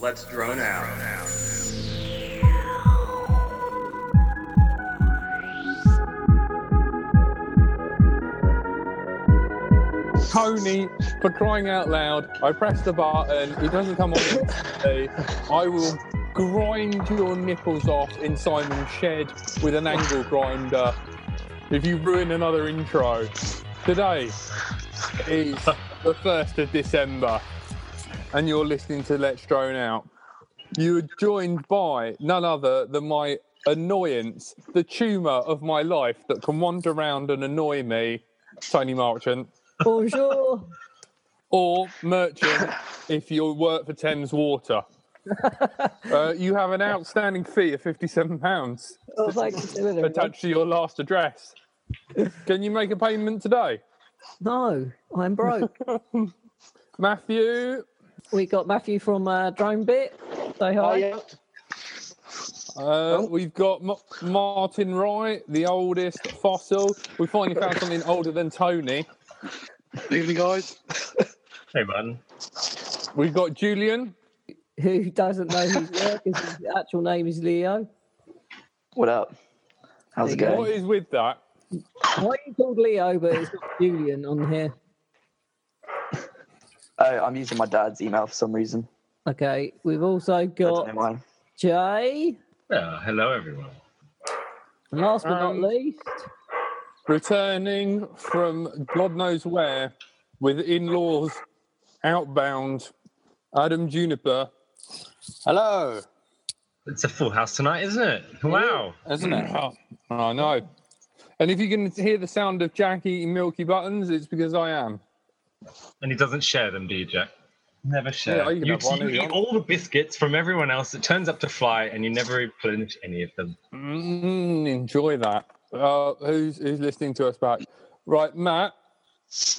Let's drone out. Tony, for crying out loud, I press the button. He doesn't come on. Wednesday. I will grind your nipples off in Simon's shed with an angle grinder if you ruin another intro. Today is the 1st of December, and you're listening to Let's Drone Out. You are joined by none other than my annoyance, the tumour of my life that can wander around and annoy me, Tony Marchant Bonjour. or merchant if you work for Thames Water. uh, you have an outstanding fee of fifty-seven pounds Oh, thanks for doing it. everyone. attached to your last address. Can you make a payment today, No, I'm broke. Matthew? we got Matthew from uh, Drone Bit. Say hi. Oh, yeah. Uh, we've got M- Martin Wright, the oldest fossil. We finally found something older than Tony. Evening, guys. Hey, man. We've got Julian. Who doesn't know who's there because his actual name is Leo. What up? How's it There you going? What is with that? Why are you called Leo but it's not Julian on here? Oh, I'm using my dad's email for some reason. Okay, we've also I don't got know why. Jay. Yeah, hello, everyone. And last but Um, not least, returning from God knows where with in laws outbound Adam Juniper. Hello. It's a full house tonight, isn't it? Wow. Isn't it? Oh, I know. And if you can hear the sound of Jack eating milky buttons, it's because I am. And he doesn't share them, do you, Jack? Never share. Yeah, you can you have one you if you eat want. all the biscuits from everyone else. It turns up to fly, and you never replenish any of them. Mm, enjoy that. Uh, who's who's listening to us back? Right, Matt.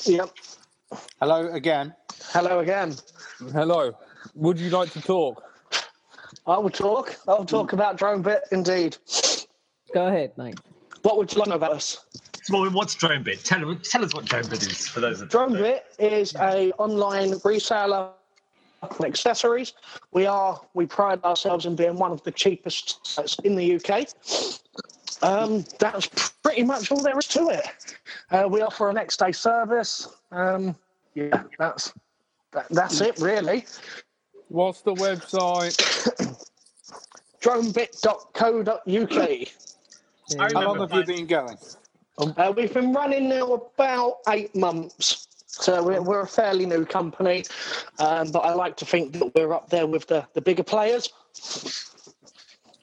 Yep. Hello again. Hello again. Hello. Would you like to talk? I will talk. I will talk about drone bit indeed. go ahead, mate. What would you like to know about us? Well, what's drone bit? Tell, tell us what drone bit is for those that Drone bit is a online reseller of accessories. We are we pride ourselves in being one of the cheapest sites in the UK. Um, that's pretty much all there is to it. Uh, we offer a next day service. Um, yeah, that's that, that's it really. What's the website? Dronebit.co.uk. I Um, How long remember have you mine- been going? Uh, we've been running now about eight months. So we're, we're a fairly new company, um, but I like to think that we're up there with the, the bigger players.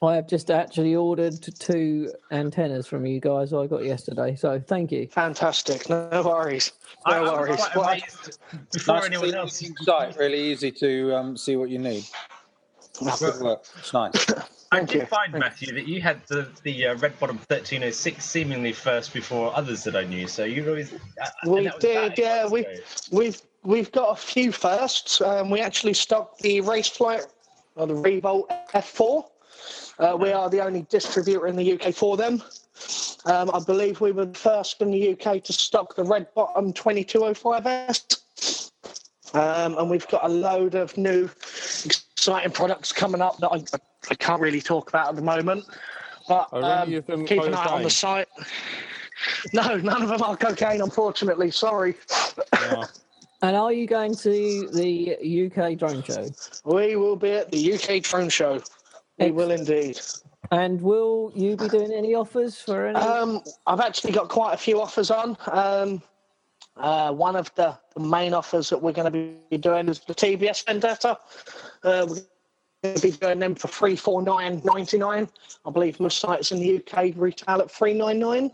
I have just actually ordered two antennas from you guys I got yesterday, so thank you. Fantastic. No worries. No I- I was worries. quite What- amazed Before Nice anyone clean else, site, really easy to um, see what you need. Good work. It's nice. I Thank did you. find Matthew that you had the the uh, red bottom 1306 seemingly first before others that I knew. So you always uh, We and that was about did, eight yeah, months we- ago. We've we've got a few firsts. Um, we actually stock the race flight or the Revolt F4. Uh, we are the only distributor in the UK for them. Um, I believe we were the first in the UK to stock the red bottom 2205S. Um, and we've got a load of new exciting products coming up that I, I can't really talk about at the moment. But Are any um, of them keep an eye on cocaine? the site. No, none of them are cocaine, unfortunately. Sorry. And are you going to the UK drone show? We will be at the UK Drone Show. We will indeed. And will you be doing any offers for any? Um, I've actually got quite a few offers on. Um, uh, one of the, the main offers that we're going to be doing is the TBS Vendetta. Uh, we're going to be doing them for three four nine ninety nine. I believe most sites in the UK retail at three nine nine.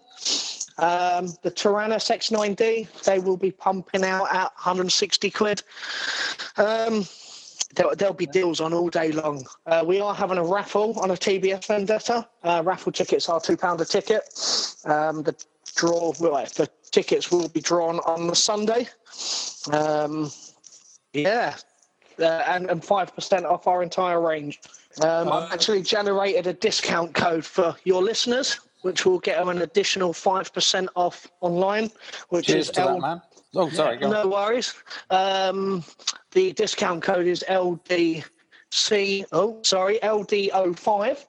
Um, the Tyrannus X9D, they will be pumping out at 160 quid. Um, There'll, there'll be deals on all day long. Uh, we are having a raffle on a TBS Vendetta. Uh, raffle tickets are two pound a ticket. Um, the draw, well, the tickets will be drawn on the Sunday. Um, yeah, uh, and and five percent off our entire range. Um, Uh, I've actually generated a discount code for your listeners, which will get them an additional five percent off online, which Cheers is to L- that man. Oh, sorry. Go on. no worries. Um, the discount code is LD C. Oh, sorry, LD05.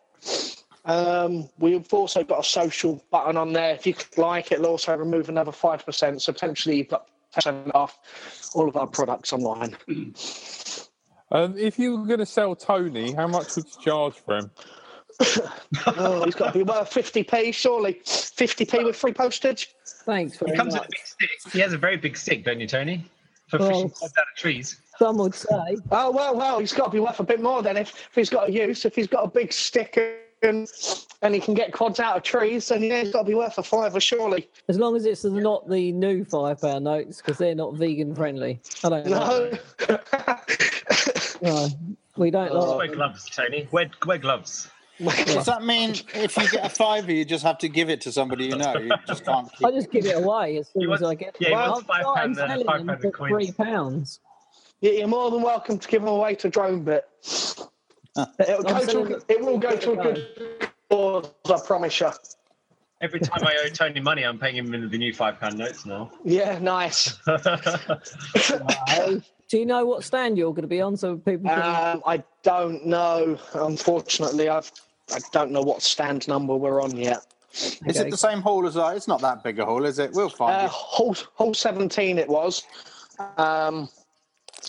Um, we've also got a social button on there. If you click like, it'll also remove another five percent. So potentially, you've got percent off all of our products online. Um, if you were going to sell Tony, how much would you charge for him? oh, he's got to be worth fifty p surely. Fifty p with free postage. Thanks He very comes with much. a big stick. He has a very big stick, don't you, Tony? For Well- fishing pods out of trees. Some would say Oh well, well, he's got to be worth a bit more then if, if he's got a use. If he's got a big stick and and he can get quads out of trees, then yeah, he's got to be worth a fiver surely. as long as it's not the new five pound notes because they're not vegan friendly. I don't know. No. No, we don't Just like. wear gloves, Tony. Wear, wear gloves. Does that mean if you get a fiver, you just have to give it to somebody you know? You just can't I keep just give it away as soon He as wants- I get. yeah, he Well, wants I'm five starting pound, uh, selling five them pound for coins. three pounds. Yeah, You're more than welcome to give them away to Drone Bit. It'll I'm go selling to, it will go to a good cause, I promise you. Every time I owe Tony money, I'm paying him in the new five pound notes now. Yeah, nice. Do you know what stand you're going to be on so people can? Um, I don't know. Unfortunately, I've I don't know what stand number we're on yet. Is it Okay. the same hall as I? It's not that big a hall, is it? We'll find Uh, hole hole seventeen it was. Um,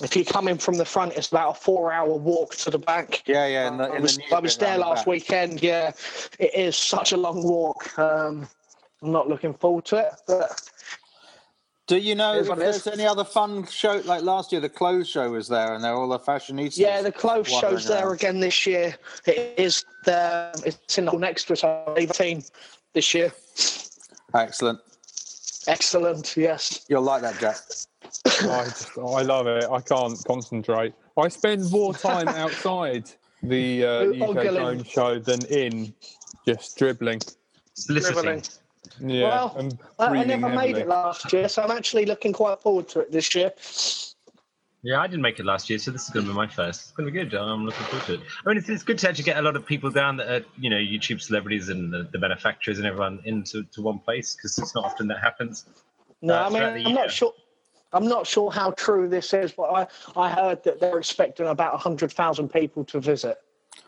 if you come in from the front, it's about a four-hour walk to the back. it. Yeah, yeah. In the, in I the was, new I was bit there round the last back. weekend. Yeah, it is such a long walk. Um, I'm not looking forward to it, but Do you know It is if what it is. there's any other fun show? Like last year, the clothes show was there, and they're all the fashionistas. yeah, the clothes wandering show's there around. again this year. It is there. It's in the hall next to it. I believe, team this year. Excellent. Excellent. Yes. You'll like that, Jack. I, just, I love it. I can't concentrate. I spend more time outside the uh, Oh, UK golly. Drone Show than in, just dribbling. Soliciting. Dribbling. Yeah, Well, and I, I breathing never made heavily. it last year, so I'm actually looking quite forward to it this year. Yeah, I didn't make it last year, so this is going to be my first. It's going to be good. I'm looking forward to it. I mean, it's, it's good to actually get a lot of people down that are, you know, YouTube celebrities and the, the manufacturers and everyone into to one place because it's not often that happens. No, Uh, I mean, throughout the I'm year. not sure. I'm not sure how true this is, but I, I heard that they're expecting about 100,000 people to visit.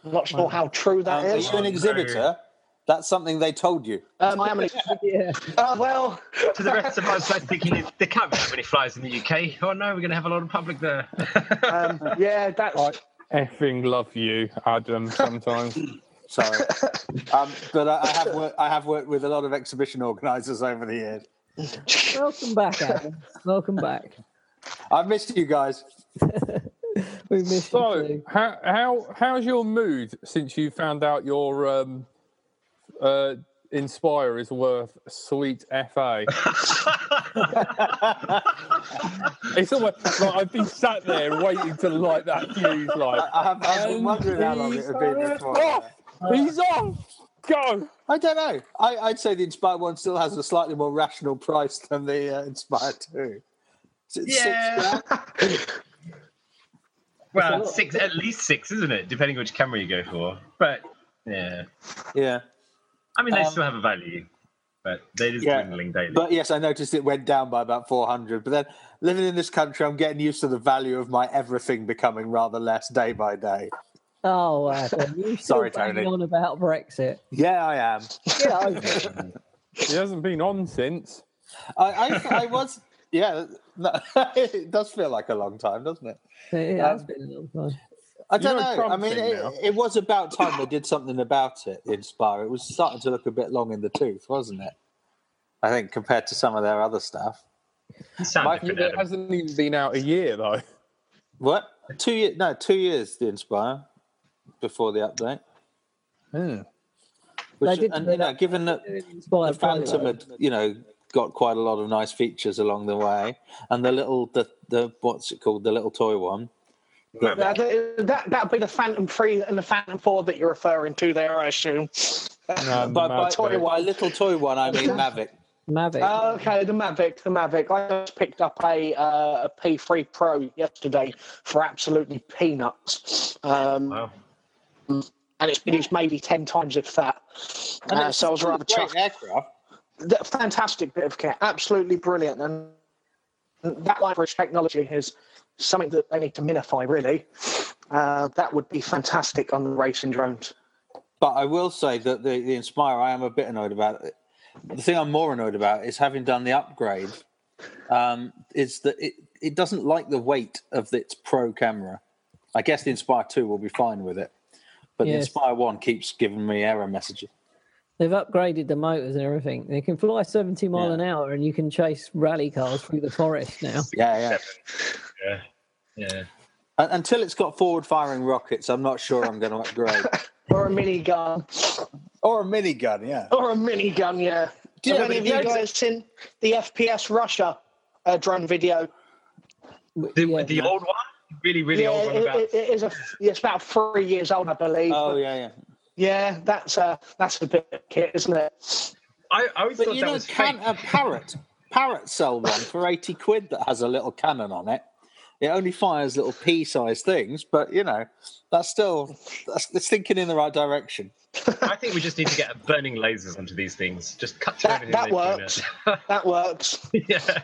I'm not sure how true that Um, are is. you an exhibitor? That's something they told you. Um, I am an ex- yeah. uh, well, To the rest of us, I'm thinking there can't be that many flies in the UK. Oh no, we're going to have a lot of public there. um, yeah, that's. I effing love you, Adam. Sometimes Sorry, um, but I, I have wor- I have worked with a lot of exhibition organisers over the years. Welcome back, Adam. Welcome back. I've missed you guys. We missed you So, too. how how how's your mood since you found out your um, uh, Inspire is worth sweet fa? it's almost like I've been sat there waiting to light that fuse. Like I have, I've been And wondering how long it would be he's before. Oh, off. "Oh, he's off. Go. I don't know. I, I'd say the Inspire one still has a slightly more rational price than the uh, Inspire two. Is it six Yeah. grand? well, six, at least six, isn't it? Depending which camera you go for. But yeah, yeah. I mean, they Um, still have a value, but they're just yeah, dwindling daily. But yes, I noticed it went down by about four hundred. But then living in this country, I'm getting used to the value of my everything becoming rather less day by day. Oh, Adam, you still Sorry, banging Tony. on about Brexit. Yeah, I am. Get over it. He hasn't been on since. I, I, I was. Yeah, no, it does feel like a long time, doesn't it? It has been a long time. I You don't know know. I Trump mean, thing it, now. it was about time they did something about it. the Inspire. It was starting to look a bit long in the tooth, wasn't it? I think compared to some of their other stuff. You sound Mike, different, It Adam. hasn't even been out a year though. What? Two years? No, two years. The Inspire before the update. Hmm. Which, They did and, do you know, that. given that the Inspired Phantom by had, you know, got quite a lot of nice features along the way, and the little, the, the what's it called, the little toy one. That, that, that'd be the Phantom 3 and the Phantom 4 that you're referring to there, I assume. Um, By, by, Maverick. by little toy one, I mean Mavic. Mavic. Uh, Oh, okay, the Mavic, the Mavic. I just picked up a, uh, a P3 Pro yesterday for absolutely peanuts. Um, Wow. and it's been used maybe 10 times, if that. And Uh, it's so I was still a rather great chuffed. aircraft. Th- Fantastic bit of kit, absolutely brilliant. And that library technology is something that they need to minify, really. Uh, that would be fantastic on the racing drones. But I will say that the, the Inspire, I am a bit annoyed about it. The thing I'm more annoyed about is having done the upgrade, um, is that it, it doesn't like the weight of its pro camera. I guess the Inspire 2 will be fine with it. But the Yes. Inspire 1 keeps giving me error messages. They've upgraded the motors and everything. They can fly 70 mile Yeah. an hour and you can chase rally cars through the forest now. Yeah, yeah. Yeah. Yeah. Un- Until it's got forward firing rockets, I'm not sure I'm going to upgrade. Or a minigun. or a minigun, yeah. Or a minigun, yeah. Do Yeah, have any but of the you idea- guys seen the FPS Russia uh, drone video? The, Yeah, the no. old one? Really, really yeah, old one it- about. it- it is a, it's about three years old, I believe. Oh, yeah. yeah, yeah. that's a that's a bit of kit, isn't it? I, I always But thought you that know, was fake. can, a parrot parrot sell one for eighty quid that has a little cannon on it. It only fires little pea-sized things, but you know, that's still that's it's thinking in the right direction. I think we just need to get burning lasers onto these things. Just cut through That- everything. that they do now. works. That works. yeah.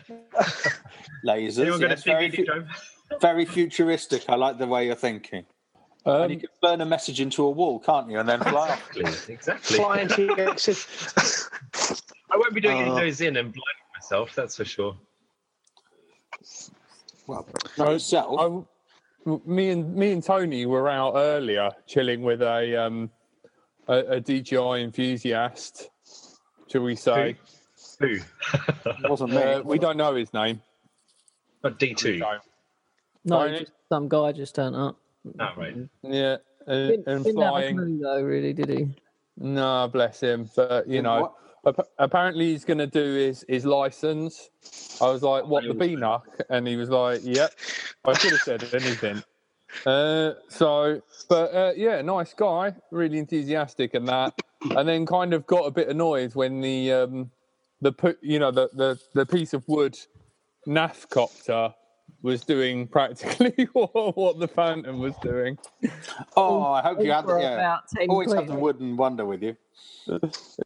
Lasers, Anyone got yeah, a very, DVD fu- drive? very futuristic. I like the way you're thinking. Um, And you can burn a message into a wall, can't you? And then fly off. Exactly. Exactly. Fly into your exit. I won't be doing any of Uh, those in and blinding myself. That's for sure. Well, I- not yourself. I, me and me and Tony were out earlier chilling with a um a, a DJI enthusiast, shall we say? Two. it wasn't me. Uh, we don't know his name. Not D We two. don't. No, Tony? just some guy just turned up. Oh, right. Yeah, and, Didn't, and didn't have a flying. clue though, really, did he? No, bless him. But you Didn't know, what? ap- apparently he's going to do his his license. I was like, "What the Really? beanuck?" And he was like, "Yep." I should have said anything. Uh, so, but uh, yeah, nice guy, really enthusiastic and that, and then kind of got a bit annoyed when the um, the pu- you know the the the piece of wood NAF copter was doing practically what, what the Phantom was doing. Oh, I hope you All had for the, yeah. about 10 Always have quid. the wooden wonder with you.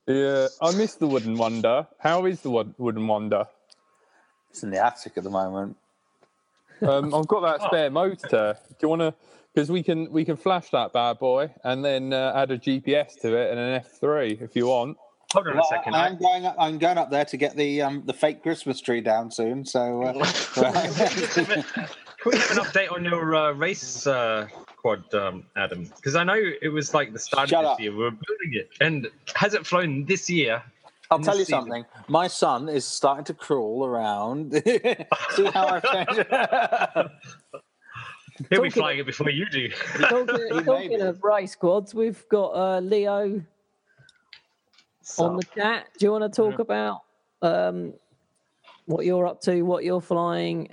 Yeah, I miss the Wooden Wonder. How is the Wo- Wooden Wonder? It's in the attic at the moment. Um, I've got that Oh. spare motor. Do you want to? Because we can we can flash that bad boy and then uh, add a GPS to it and an F3 if you want. Hold on a Well, second. I, I, am going up. I'm going up there to get the um, the fake Christmas tree down soon. So uh, can we have an update on your uh, race uh, quad, um, Adam? Because I know it was like the start Shut of this up. year. We were building it, and has it flown this year? I'll In tell this you season. something. My son is starting to crawl around. See how I've changed. He'll be Talking- flying it before you do. Talking, talking Maybe. of race quads, we've got uh, Leo on the chat. Do you want to talk about um, what you're up to, what you're flying?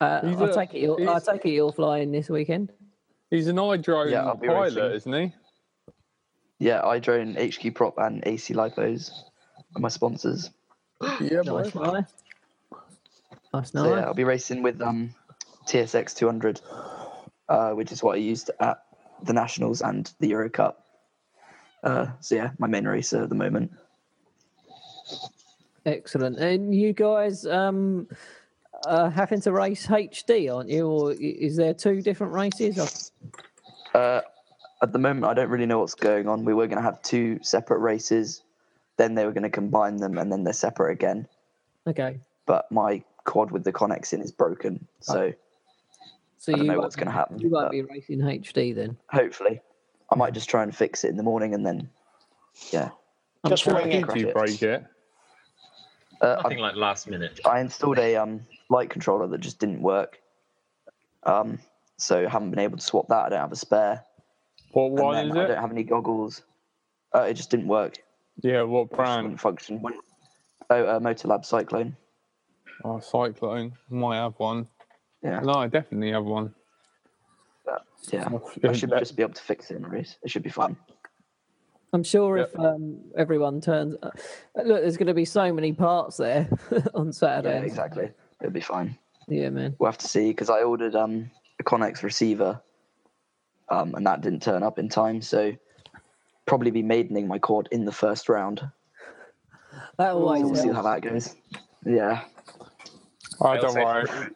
Uh, He's I a- take it you're, I he's- take it you're flying this weekend. He's an iDrone Yeah, I'll be pilot, racing. isn't he? Yeah, iDrone, HQ Prop, and AC Lipos are my sponsors. Yeah, boy. Nice, nice, nice, So yeah, nice. I'll be racing with um, TSX 200, uh, which is what I used at the Nationals and the Euro Cup. Uh, so yeah, my main racer at the moment. Excellent. And you guys um, are having to race HD, aren't you? Or i- is there two different races? Or- Uh, at the moment, I don't really know what's going on. We were going to have two separate races, then they were going to combine them, and then they're separate again. Okay. But my quad with the Connex in is broken, so So I don't you know won't what's be- going to happen. You won't but be racing HD then. hopefully, I Mhm. might just try and fix it in the morning, and then yeah, I'm Just sorry. wing it. Did you it. break it? uh, I Nothing like last minute. I installed a um, light controller that just didn't work. Um, so haven't been able to swap that. I don't have a spare. What And one then is I it? don't have any goggles. Uh, it just didn't work. It Yeah, what just brand? wouldn't function. Oh, uh, Motolab Cyclone. Oh, Cyclone. Might have one. Yeah, No, I definitely have one. yeah. I should That- just be able to fix it in a race. It should be fine. I'm sure Yep. if um, everyone turns, uh, look, there's going to be so many parts there on Yeah, Saturday. exactly. It'll be fine. Yeah, man. We'll have to see because I ordered um, a Connex receiver, um, and that didn't turn up in time. So probably be maidening my cord in the first round. That always So we'll see helps. how that goes. Yeah. Oh, don't Fail-safe worry.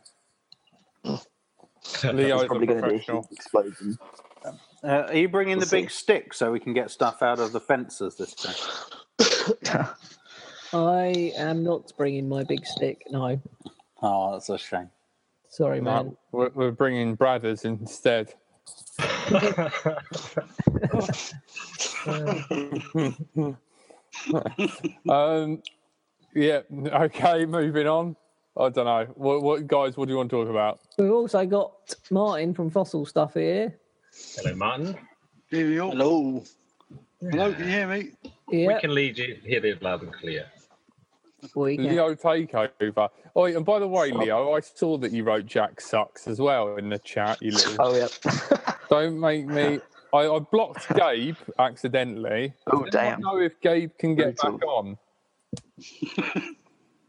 Leo route. is It's a probably going to be a huge professional. explosion. Uh, are you bringing the We'll big stick so we can get stuff out of the fences this time? I am not bringing my big stick. No, Oh, that's a shame. sorry, No, man. we're, we're bringing brothers instead. um, yeah. Okay. Moving on. I don't know. What, what guys? What do you want to talk about? We've also got Martin from Fossil Stuff here. Hello, Martin. Here we are. Hello. Hello, can you hear me? Yeah, We can lead you here it loud and clear. we can. Leo takeover. Oh, and by the way, Leo, I saw that you wrote Jack sucks as well in the chat. You little. Oh, yeah. Don't make me. I, I blocked Gabe accidentally. Oh, Does anyone damn. know if Gabe can get back Brutal. on?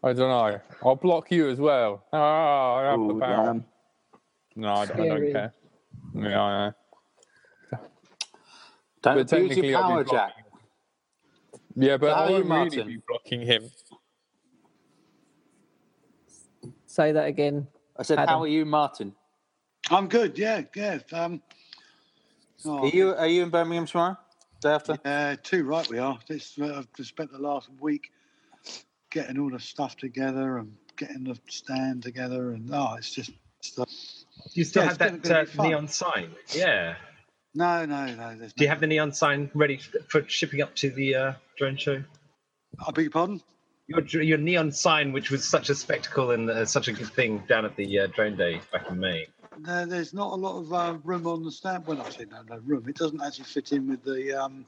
I don't know. I'll block you as well. Ah, I have the Ooh, um, power. damn. No, I don't, I don't Scary. care. Yeah, I know. Don't But abuse technically your I'll be power, Jack. blocked. yeah, but So how I are you, won't really Martin? be blocking him. Say that again. I said, Adam. how are you, Martin? I'm good. Yeah, yeah. Um, oh, Are you are you in Birmingham tomorrow? Day after? Uh, two right we are. This uh, I've just spent the last week getting all the stuff together and getting the stand together, and oh, it's just stuff. You still Yeah, have it's gonna- that gonna uh, be fun. neon sign? Yeah. No, no, no. There's Do you no- have the neon sign ready f- for shipping up to the uh, drone show? I beg your pardon. Your, dr- your neon sign, which was such a spectacle and uh, such a good thing down at the uh, drone day back in May. No, there's not a lot of uh, room on the stand. Well, I say no, no room. It doesn't actually fit in with the um,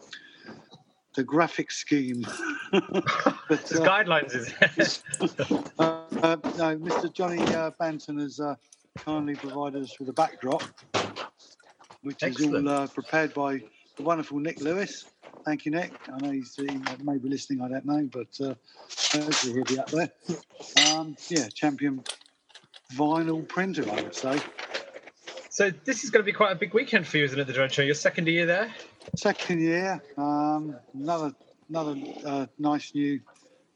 the graphic scheme. but His uh, guidelines is uh, uh, no, Mr. Johnny uh, Banton has uh, kindly provided us with a backdrop, which is Excellent. all uh, prepared by the wonderful Nick Lewis. Thank you, Nick. I know he's, he may be listening, I don't know, but uh, hopefully he'll be up there. Um, yeah, champion vinyl printer, I would say. so. This is going to be quite a big weekend for you, isn't it? The drone show, your second year there. Second year, um, another another uh, nice new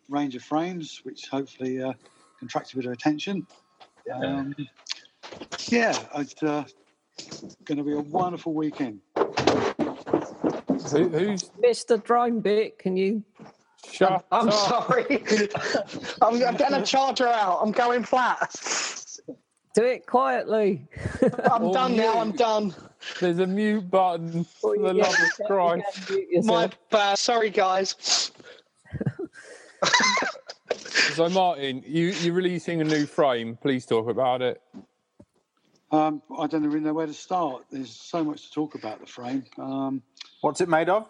range of frames, which hopefully uh, can attract a bit of attention. Yeah. Um, yeah, it's uh, going to be a wonderful weekend. Who, who's Mr. Drone Bit, can you? shut I'm up? sorry. I'm, I'm getting a charger out. I'm going flat. Do it quietly. I'm Oh, done yeah. now. I'm done. There's a mute button. For the Yeah, love you of can- Christ. you can mute yourself. My bad. Sorry, guys. So, Martin, you, you're releasing a new frame. Please talk about it. Um, I don't really know where to start. There's so much to talk about the frame. Um, What's it made of?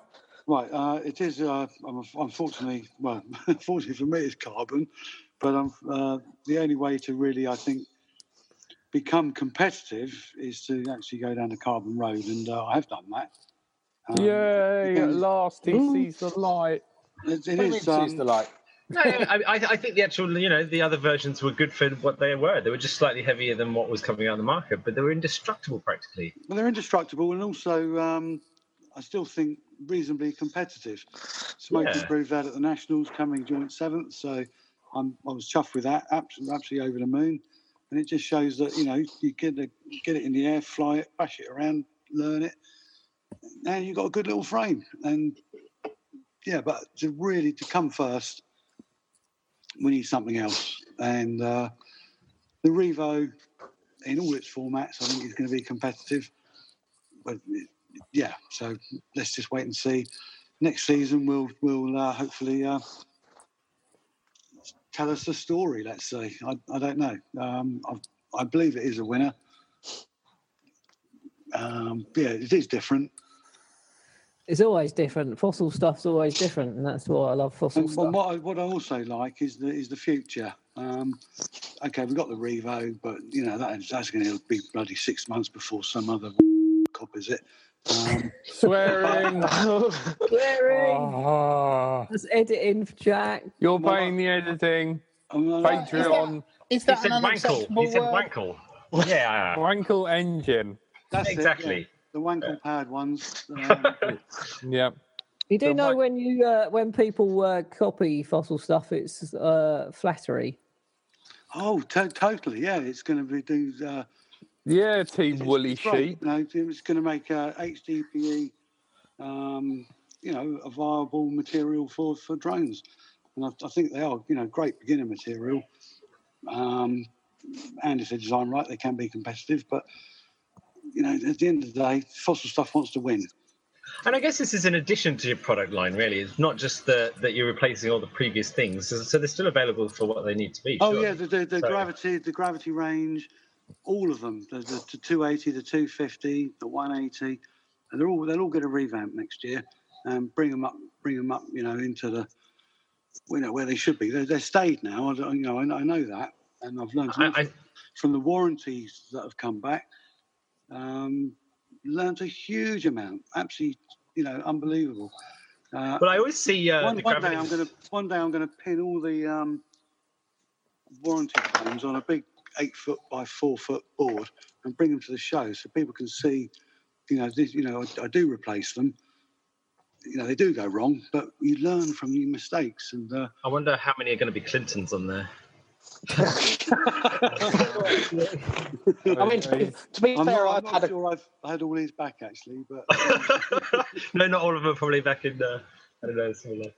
Right, uh, it is. Uh, un- unfortunately, well, unfortunately for me, it's carbon. But um, uh, the only way to really, I think, become competitive is to actually go down the carbon road, and uh, I have done that. Um, Yay, at last he sees the light. What it, it do you is. mean, sees um, the light? No, I, I I think the actual, you know, the other versions were good for what they were. They were just slightly heavier than what was coming out of the market, but they were indestructible practically. Well, they're indestructible, and also, um, I still think reasonably competitive. Smokey Yeah. proved that at the Nationals, coming joint seventh. So I'm, I was chuffed with that, absolutely, absolutely over the moon. And it just shows that you know you get the, get it in the air, fly it, bash it around, learn it. Now you've got a good little frame, and yeah, but to really to come first, we need something else. And uh, the Revo, in all its formats, I think is going to be competitive. But yeah, so let's just wait and see. Next season, we'll we'll uh, hopefully uh, tell us the story. Let's say I, I don't know. Um, I, I believe it is a winner. Um, yeah, it is different. It's always different. Fossil stuff's always different, and that's why I love fossil And stuff. what I, what I also like is the is the future. Um, okay, we've got the Revo, but you know that, that's going to be bloody six months before some other copies it. Um, Swearing. Swearing. Ah, That's editing, for Jack. you're paying the editing. I mean, I like- Patreon. Is He said wankle. He said wankle. Yeah, Wankel engine. that's it, yeah. exactly. The Wankel pad ones. Um, Yep. You do So know what- when you uh, when people uh, copy fossil stuff, it's uh, flattery. Oh, to- totally. Yeah, it's going to be do uh, Yeah, Team It's- Woolly it's right, Sheep. You know, it's going to make uh, HDPE, um, you know, a viable material for, for drones. And I, I think they are, you know, great beginner material. Um, and if they're designed right, they can be competitive. But, you know, at the end of the day, fossil stuff wants to win. And I guess this is an addition to your product line, really. It's not just the, that you're replacing all the previous things. So, so they're still available for what they need to be. Oh surely. yeah, the, the, the So- gravity, the gravity range, all of them. The, the, the 280, the 250, the 180, and they're all they'll all get a revamp next year, and bring them up, bring them up, you know, into the, you know, where they should be. They're, they're stayed now. I don't, you know, I, know- I know that, and I've learned I, I, from the warranties that have come back. Um, learned a huge amount, absolutely, you know, unbelievable. Uh, well, I always see uh, one, the one day gravity- I'm going to one day I'm going to pin all the um, warranty claims on a big eight foot by four foot board and bring them to the show so people can see. You know, this, you know, I, I do replace them. You know, they do go wrong, but you learn from your mistakes. And uh, I wonder how many are going to be Clintons on there. I mean, to be, to be I'm, fair, not, I'm I've not had a sure I've had all these back actually, but no, not all of them are probably back in. Uh, I don't know. Somewhere.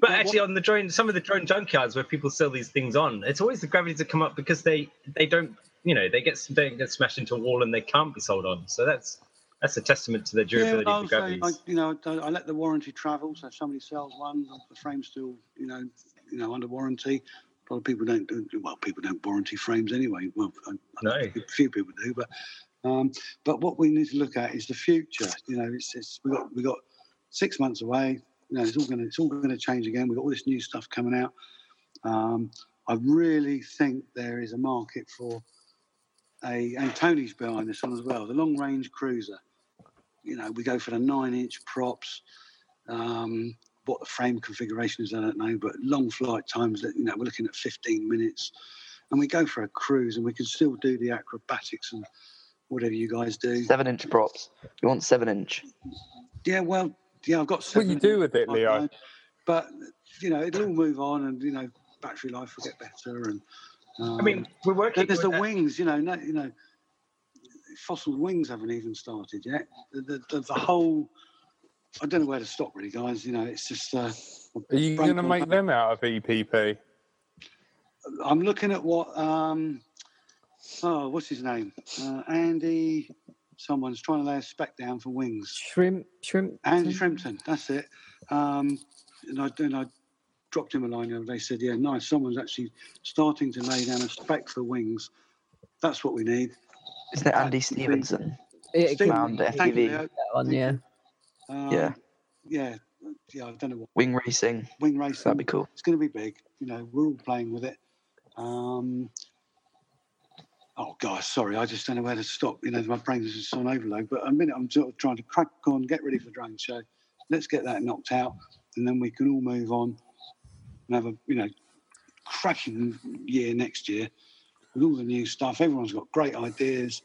But actually, on the drone, some of the drone junkyards where people sell these things on, it's always the gravities that come up because they they don't, you know, they get they get smashed into a wall and they can't be sold on. So that's that's a testament to their yeah, durability well, for also, I, gravities. you know, I, I let the warranty travel. So if somebody sells one, the- the frame's still, you know, you know, under warranty. A lot of people don't. do Well, people don't warranty frames anyway. Well, I, No. a few people do, but um, but what we need to look at is the future. You know, it's, it's we got we got six months away. You know, it's all going to it's all going to change again. We've got all this new stuff coming out. Um, I really think there is a market for a and Tony's behind this one as well. The long range cruiser. You know, we go for the nine inch props. Um, what the frame configuration is, I don't know, but long flight times. You know, we're looking at 15 minutes, and we go for a cruise, and we can still do the acrobatics and whatever you guys do. Seven inch props. You want seven inch? Yeah, well, yeah, I've got. what Seven you do with it, in my Leo. mind, But you know, it'll all move on, and you know, battery life will get better, and um, I mean, we're working. Then there's the with that- wings, you know, no, you know, fossil wings haven't even started yet. The, the, the, the whole, I don't know where to stop really, guys. You know, it's just. Uh, Are you brain- going to make them out of E EPP? I'm looking at what, um, oh, what's his name? Uh, Andy, someone's trying to lay a spec down for wings. Shrimp, shrimp. Andy Shrimpton, that's it. Um, and I and I dropped him a line and they said, yeah, nice. Someone's actually starting to lay down a spec for wings. That's what we need. Isn't it Andy Right, it'd be- Stevenson? Yeah, Steve, Mound Thank you, FPV. Leo. that one, yeah. Um, Yeah. yeah, yeah. I don't know what Wing racing. wing racing. That'd be cool. It's going to be big. You know, we're all playing with it. Um, oh gosh, sorry, I just don't know where to stop. You know, my brain's just on overload. But a minute, I'm sort of trying to crack on, get ready for the drone show. Let's get that knocked out, and then we can all move on and have a you know cracking year next year with all the new stuff. Everyone's got great ideas.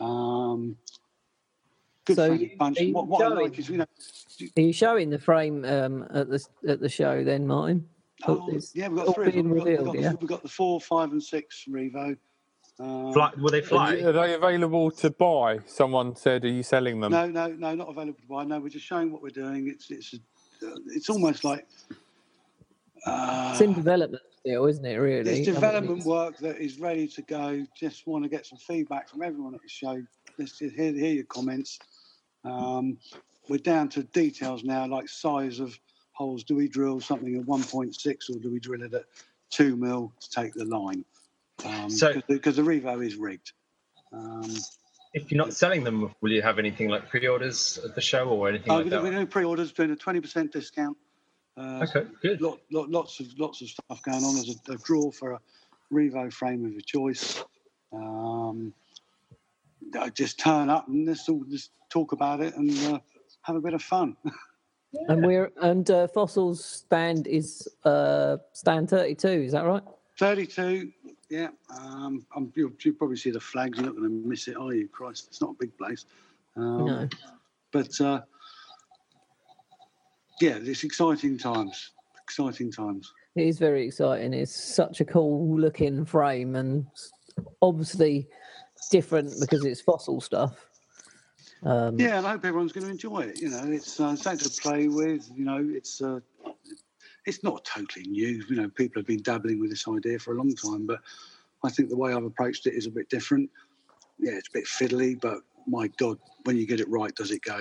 Um, good So friendly you- bunch. are you What, what I going? like is you know Are you showing the frame um, at the at the show then, Martin? Oh, Oh, it's yeah, we've got all three. of them. being We've got, we've, revealed, got, yeah. we've got the four, five, and six Revo. Um, Fly, will they Are fly? you- are they available to buy? Someone said, "Are you selling them?" No, no, no, not available to buy. No, we're just showing what we're doing. It's it's uh, it's almost like uh, It's in development still, isn't it? Really, it's I mean, development it's- work that is ready to go. Just want to get some feedback from everyone at the show. Let's just hear hear your comments. Um, we're down to details now, like size of holes. Do we drill something at 1.6 or do we drill it at two mil to take the line? Um, So- because the Revo is rigged. Um, If you're not selling them, will you have anything like pre-orders at the show or anything oh, like we're that? doing we're doing pre-orders, doing a 20% discount. Uh, Okay, good. lot, lot, lots of lots of stuff going on. There's a, a draw for a Revo frame of your choice. Um, I just turn up and let's all just talk about it and uh, have a bit of fun. and we're and uh, fossils stand is uh, stand thirty two. Is that right? 32, yeah. Um, I'm, you'll, you'll probably see the flags. You're not going to miss it, are you? Christ, it's not a big place. Um, no. But uh, yeah, it's exciting times. Exciting times. It is very exciting. It's such a cool looking frame, and obviously, different because it's fossil stuff. Um, Yeah, and I hope everyone's going to enjoy it. You know, it's uh, something to play with. You know, it's uh, it's not totally new. You know, people have been dabbling with this idea for a long time, but I think the way I've approached it is a bit different. Yeah, it's a bit fiddly, but my God, when you get it right, does it go?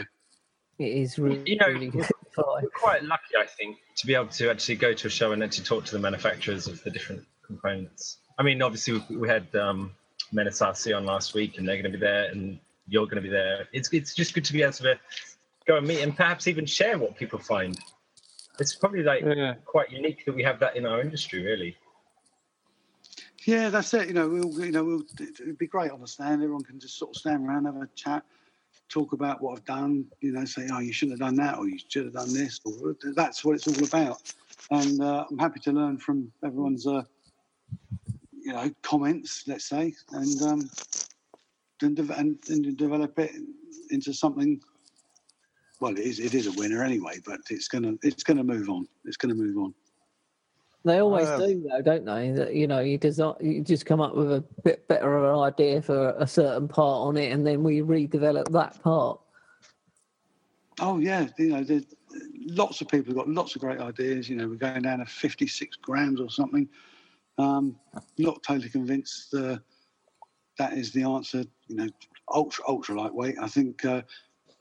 It is really, You know, really good. to fly. We're quite lucky, I think, to be able to actually go to a show and actually talk to the manufacturers of the different components. I mean, obviously, we, we had um, Menace RC on last week, and they're going to be there, and you're going to be there. It's it's just good to be able to go and meet and perhaps even share what people find. It's probably like Yeah. quite unique that we have that in our industry, really. Yeah, that's it. You know, we'll you know we'll it'd be great on the stand. Everyone can just sort of stand around, have a chat, talk about what I've done. You know, say oh you shouldn't have done that, or you should have done this, or that's what it's all about. And uh, I'm happy to learn from everyone's uh, you know comments, let's say, and um, and, de- and, and develop it into something. Well, it is it is a winner anyway, but it's gonna it's gonna move on. It's gonna move on. They always Uh, do, though, don't they? That you know, you design, you just come up with a bit better of an idea for a certain part on it, and then we redevelop that part. Oh yeah, you know, there's lots of people have got lots of great ideas. You know, we're going down to 56 grams or something. Um, not totally convinced uh, that is the answer. You know, ultra ultra lightweight. I think uh,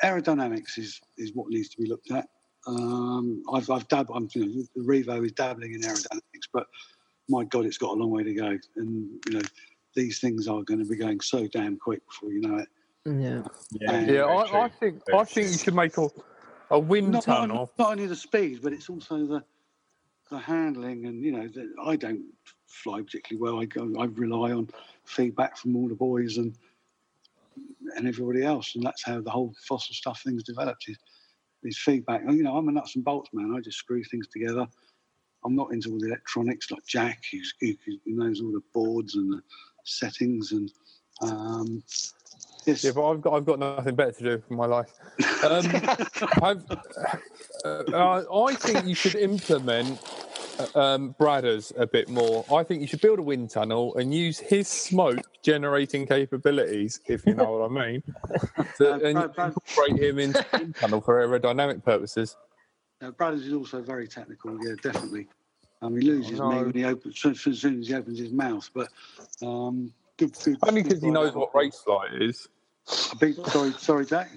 aerodynamics is is what needs to be looked at. Um, I've I've dab, I'm, you know, the Revo is dabbling in aerodynamics, but my God, it's got a long way to go. And you know, these things are going to be going so damn quick before you know it. Yeah. Yeah, Yeah, very true. I, I think I think you should make a, a wind not, not, tunnel. only- not only the speed, but it's also the the handling and you know the, I don't fly particularly well. I go, I rely on feedback from all the boys and and everybody else, and that's how the whole fossil stuff thing's developed is, is feedback. You know, I'm a nuts and bolts man. I just screw things together. I'm not into all the electronics like Jack, who's, who, who knows all the boards and the settings and um, yes, Yeah, but I've got, I've got nothing better to do with my life. Um, I've, uh, uh, I think you should implement uh, um, Bradders a bit more. I think you should build a wind tunnel and use his smoke generating capabilities, if you know what I mean, to, Uh, and Brad- Brad- incorporate him into the wind tunnel for aerodynamic purposes. Now, Brothers is also very technical, yeah, definitely. Um, he loses Oh, no. me when he opens so- so- as soon as he opens his mouth, but um, good, good, Only good because he guy, knows that what one. race flight is. A big, sorry, sorry, Jack.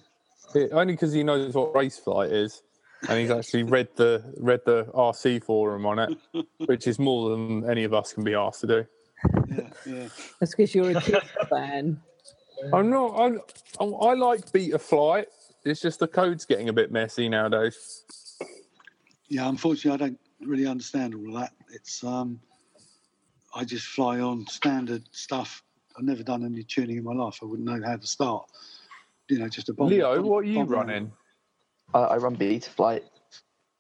Yeah, only because he knows what race flight is, and he's actually read the read the RC forum on it, which is more than any of us can be asked to do. Yeah, yeah. That's because you're a kids fan. I'm not. I'm, I'm, I like beta flight. It's just the code's getting a bit messy nowadays. Yeah, unfortunately, I don't really understand all of that. It's um, I just fly on standard stuff. I've never done any tuning in my life. I wouldn't know how to start. You know, just a bomb. Leo, bomb- what are you bomb round. running? I, I run beta flight.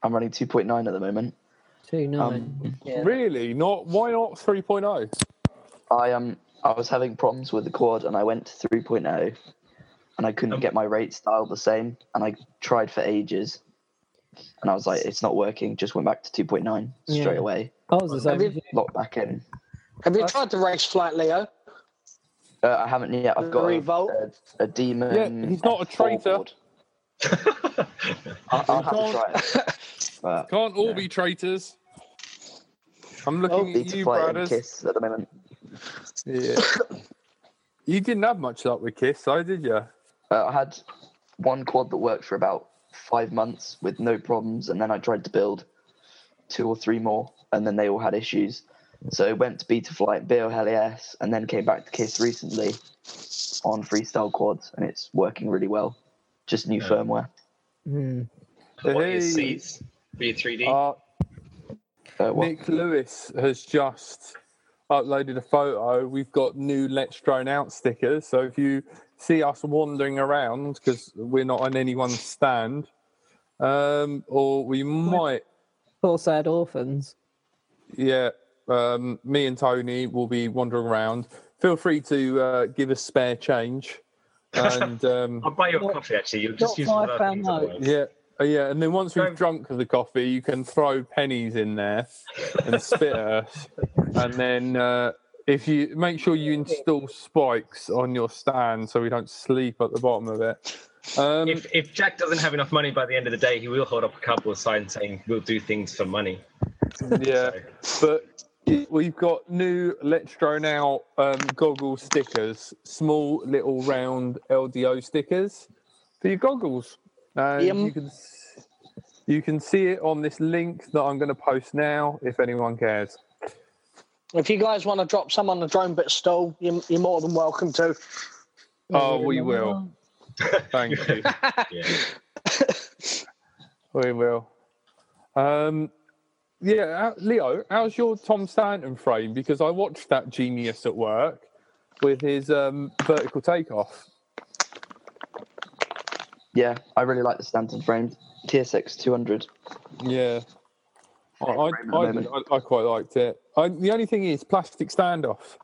I'm running 2.9 at the moment. Two nine. Um, yeah. Really? Not? Why not oh? 3.0? I um I was having problems with the quad and I went to 3.0 and I couldn't Um, get my rate style the same and I tried for ages and I was like it's not working just went back to 2.9 straight Yeah. away I was the same. Have you- as you. locked back in Have you tried the race flight, Leo? uh, I haven't yet I've got a, Revolt? a, a demon Yeah, he's not a F4 traitor. board. I, I'll have to Can't- try it but Can't all Yeah. be traitors. I'm looking at beta you, flight and brothers. kiss at the moment Yeah. you didn't have much luck with Kiss, though, did you? uh, I had one quad that worked for about five months with no problems and then I tried to build two or three more, and then they all had issues. So it went to Beta Flight, BLS, E and then came back to Kiss recently on freestyle quads, and it's working really well. Just new Yeah. firmware. Hmm. What are your Hey. seats? Be 3D. Uh, Uh, what? Nick Lewis has just uploaded a photo. We've got new Let's Drone Out stickers. So if you see us wandering around because we're not on anyone's stand, um, or we might, Poor sad orphans. yeah, um, me and Tony will be wandering around. Feel free to uh, give us spare change. And I'll um, buy your Not- coffee. Actually, you'll just not use one of five our pound things notes. otherwise. yeah. uh, Yeah, and then once we've Don't- drunk the coffee, you can throw pennies in there and spit at us, and then uh, If you make sure you install spikes on your stand so we don't sleep at the bottom of it. Um, If, if Jack doesn't have enough money by the end of the day, he will hold up a couple of signs saying, We'll do things for money. yeah, but we've got new Let's Go Now um, goggle stickers, small little round LDO stickers for your goggles. And Yum. you can s- you can see it on this link that I'm going to post now if anyone cares. If you guys want to drop some on the drone bit stall, you're, you're more than welcome to. Oh, we will. Thank you. Yeah. We will. Um, yeah, uh, Leo, how's your Tom Stanton frame? Because I watched that genius at work with his um, vertical takeoff. Yeah, I really like the Stanton frames. TSX 200. Yeah. I, I, frame at the I, did- I, I quite liked it. I, the only thing is plastic standoff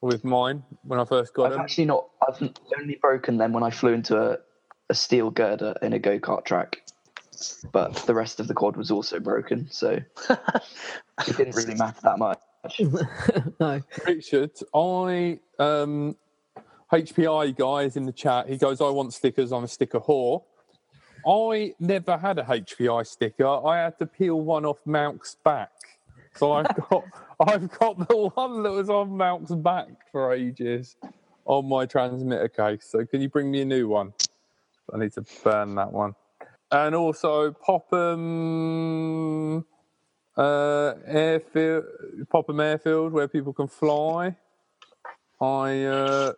with mine when I first got I've them. actually not. I've only broken them when I flew into a, a steel girder in a go kart track. But the rest of the quad was also broken, so it didn't really matter that much. no. Richard, I um, HPI guy is in the chat. He goes, "I want stickers. I'm a sticker whore." I never had a HPI sticker. I had to peel one off Malk's back, so I've got I've got the one that was on Malk's back for ages on my transmitter case. So can you bring me a new one? I need to burn that one. And also Popham uh, airfield, Popham Airfield, where people can fly. I uh,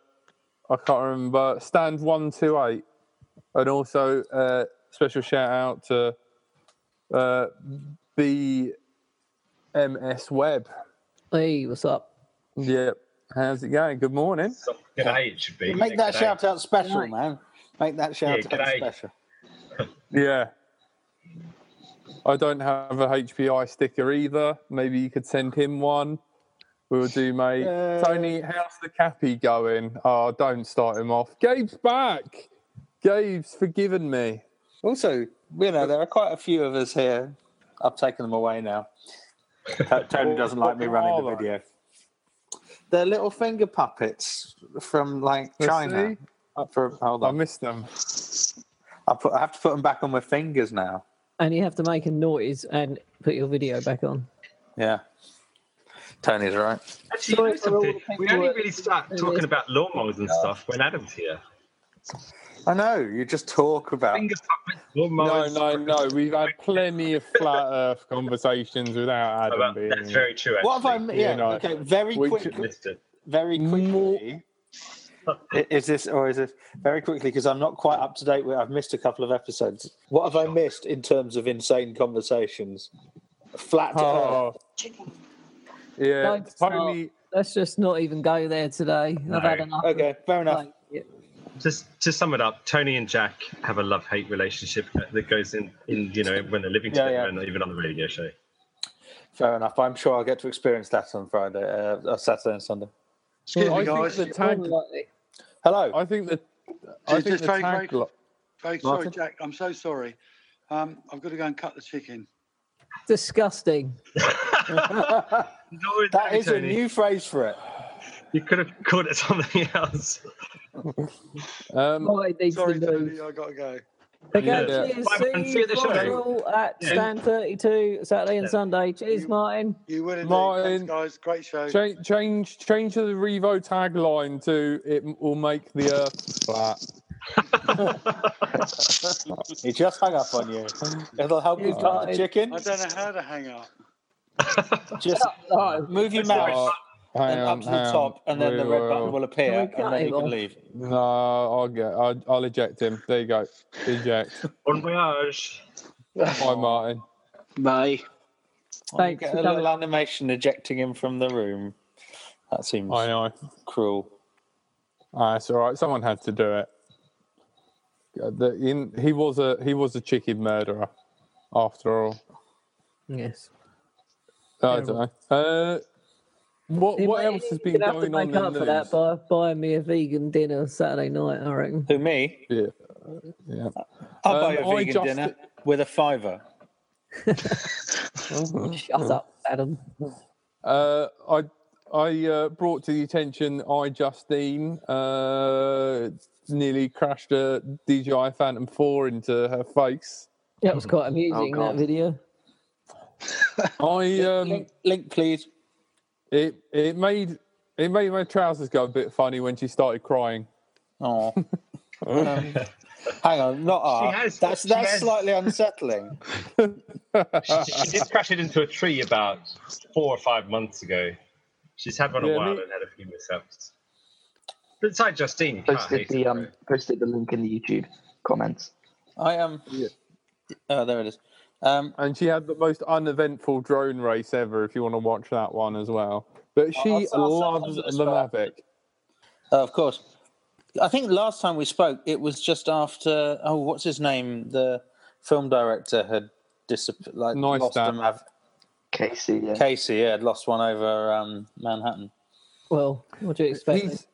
I can't remember. Stand one two eight, and also uh, special shout out to uh, BMS Web. Hey, what's up? Yep. How's it going? Good morning. So, good day, it should be. Make Yeah, that good day. shout out special, Right. man. Make that shout Yeah, out g'day. special. Yeah. I don't have a HPI sticker either. Maybe you could send him one. We'll do, mate. Uh, Tony, how's the cappy going? Oh, don't start him off. Gabe's back. Gabe's forgiven me. Also, you know, there are quite a few of us here. I've taken them away now. To- Tony doesn't like me What running are the they? video. They're little finger puppets from like Let's China. see. For, hold I on, missed them. I, put, I have to put them back on my fingers now. And you have to make a noise and put your video back on. Yeah, Tony's right. Actually, Sorry you know for all the something? We paperwork. only really start talking about lawnmowers and stuff when Adam's here. I know. You just talk about. Finger puppets, No, lawnmowers. no, no. We've had plenty of flat Earth conversations without Adam About, being. Oh, that's here. very true. Actually. What have I? Yeah. You know, okay. Very we quick. ju- missed it? very More- quickly. I- Is this or is it very quickly? Because I'm not quite up to date. With, I've missed a couple of episodes. What have I missed in terms of insane conversations? Flat Earth. Oh. Yeah, Don't start. Tony. Let's just not even go there today. No. I've had enough. of- Okay, fair enough. Like, yeah. Just to sum it up, Tony and Jack have a love-hate relationship that goes in, in you know, when they're living Yeah, together yeah. and even on the radio show. Fair enough. I'm sure I'll get to experience that on Friday, uh, uh, Saturday and Sunday. Excuse I me, think guys. the tag. Like, Hello. I think the. I think Just- just the very, tag. very- lo- Very sorry, Martin? Jack. I'm so sorry. Um, I've got to go and cut the chicken. Disgusting. No, it's that okay, is a Tony. new phrase for it. You could have called it something else. Um, Oh, it needs Sorry, to move. Tony. I got to go. They go Yeah. cheers, Bye, man. See you see at the show. Rockwell at Yeah. stand 32 Saturday and Yeah. Sunday. Cheers, You- Martin. You will indeed. Martin. Thanks, guys. Great show. change, change, change the Revo tagline to "It will make the Earth flat." He just hung up on you. It'll help you You cut the guys- chicken. I don't know how to hang up. Just No, move your mouse Oh, hang and up on, to the hang on. top, and then We the red button will. will appear, Can we cut and then him you can off? leave. No, I'll get. I'll, I'll eject him. There you go. Eject. Bon voyage. Hi, Martin. Bye. Well, you Thanks get for a coming. little animation ejecting him from the room. That seems I know. cruel. Ah, it's all right. Someone had to do it. Uh, the- in, he was a he was a chicken murderer, after all. Yes. I don't know. Uh, what You what might- else has you're been gonna have to going on make in the up for that news? by buying me a vegan dinner Saturday night, I reckon. Who me? Yeah, yeah. I'll Um, buy you a I vegan just- dinner with a fiver. Oh, Shut up, Adam. Uh, I I uh, brought to the attention I Justine uh, nearly crashed a DJI Phantom 4 into her face. That was Oh, quite amusing, that God. video. I um, Link, link please. it it made it made my trousers go a bit funny when she started crying. Oh. Um, hang on, not She R. has- that's she that's has- slightly unsettling. she, she did crash it into a tree about four or five months ago. She's had one Yeah, a while me- and had a few mishaps. But it's like Justine. you can't Posted hate the her, um right? posted the link in the YouTube comments. I am. Yeah. Oh, there it is. Um, And she had the most uneventful drone race ever. If you want to watch that one as well, but she I'll- I'll- I'll loves send it as the well. Mavic. uh, of course. I think last time we spoke, it was just after. Oh, what's his name? The film director had disappeared. Like Nice, lost Dan. a Mav- Casey, yeah. Casey, yeah, had lost one over um, Manhattan. Well, what do you expect? He's,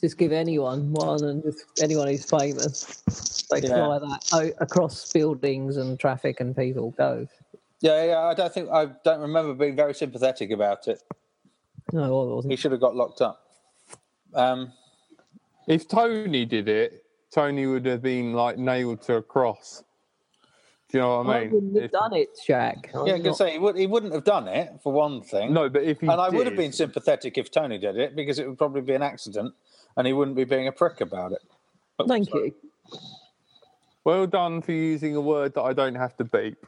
Just give anyone one and just anyone who's famous. They Yeah. fly that o- across buildings and traffic and people go. Yeah, yeah. I don't think I don't remember being very sympathetic about it. No, I He wasn't. should have got locked up. Um, if Tony did it, Tony would have been like nailed to a cross. Do you know what I I mean? wouldn't have If- done it, Jack. I'm yeah, I can not- say he, would, he wouldn't have done it for one thing. Oh, No, but if he and I would have did- been sympathetic if Tony did it because it would probably be an accident, and he wouldn't be being a prick about it. Oh, Thank you. Well done for using a word that I don't have to beep.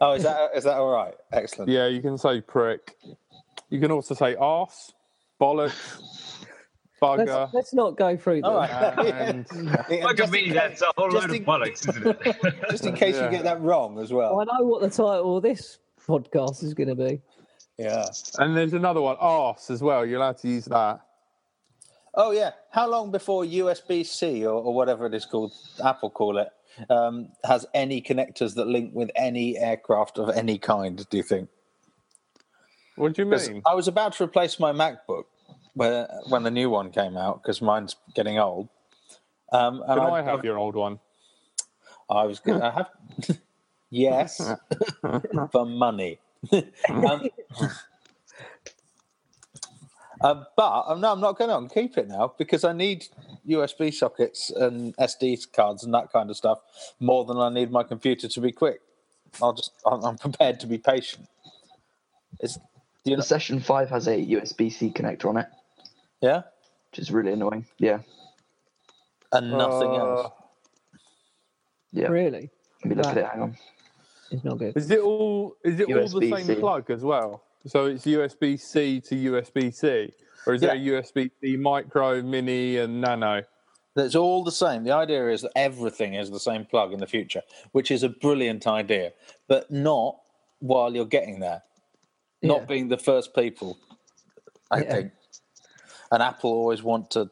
Oh, is that is that all right? Excellent. Yeah, you can say prick. You can also say arse, bollocks, Let's, bugger. let's not go through All that. right. And Yeah, Look at just in me, case- that's a whole just load of in- bollocks, isn't it? Just in case Yeah. you get that wrong as Oh, I well. know what the title of this podcast is going to be. Yeah. and there's another one, arse as well. You're allowed to use that. Oh yeah. How long before USB C or, or whatever it is called, Apple call it, um, has any connectors that link with any aircraft of any kind? Do you think? What do you 'Cause mean? I was about to replace my MacBook where, when the new one came out because mine's getting old. Um, and Can I, I have your old one? I was going to have. yes, for money. um, uh, but um, no, I'm not going to keep it now because I need USB sockets and SD cards and that kind of stuff more than I need my computer to be quick. I'll just, I'm, I'm prepared to be patient. It's, you The know, session five has a USB C connector on it, yeah, which is really annoying. Yeah. and nothing else. Uh, Yeah. Really? Let me look at Right. it, hang on. It's not good. Is it all? Is it all the same USB-C. plug as well? So it's USB C to USB C, or is there a USB C micro, mini, and nano? It's all the same. The idea is that everything is the same plug in the future, which is a brilliant idea, but not while you're getting there. Yeah. Not being the first people, I Yeah. think. And Apple always want to,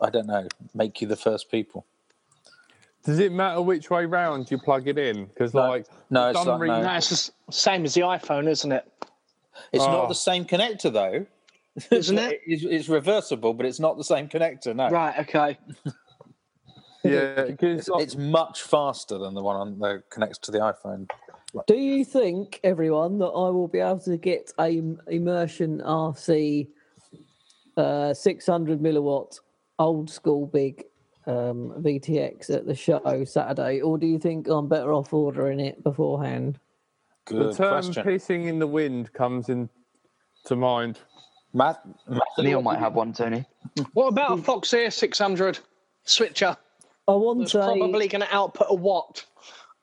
I don't know, make you the first people. Does it matter which way round you plug it in? Because No. like, No, for it's some like, no. reason- No, it's the s- same as the iPhone, isn't it? It's Oh. not the same connector though. Isn't it? It's, it's reversible, but it's not the same connector. No, Right. Okay. yeah, because it's, it's much faster than the one on, that connects to the iPhone. Do you think, everyone, that I will be able to get a m- immersion RC uh, 600 milliwatt old school big um, VTX at the show Saturday, or do you think I'm better off ordering it beforehand? the Good term question. "pissing um, in the wind" comes in to mind. Matt, Matt, Neil might have one, Tony. What about a Foxeer 600 switcher? I want That's a probably going to output a watt.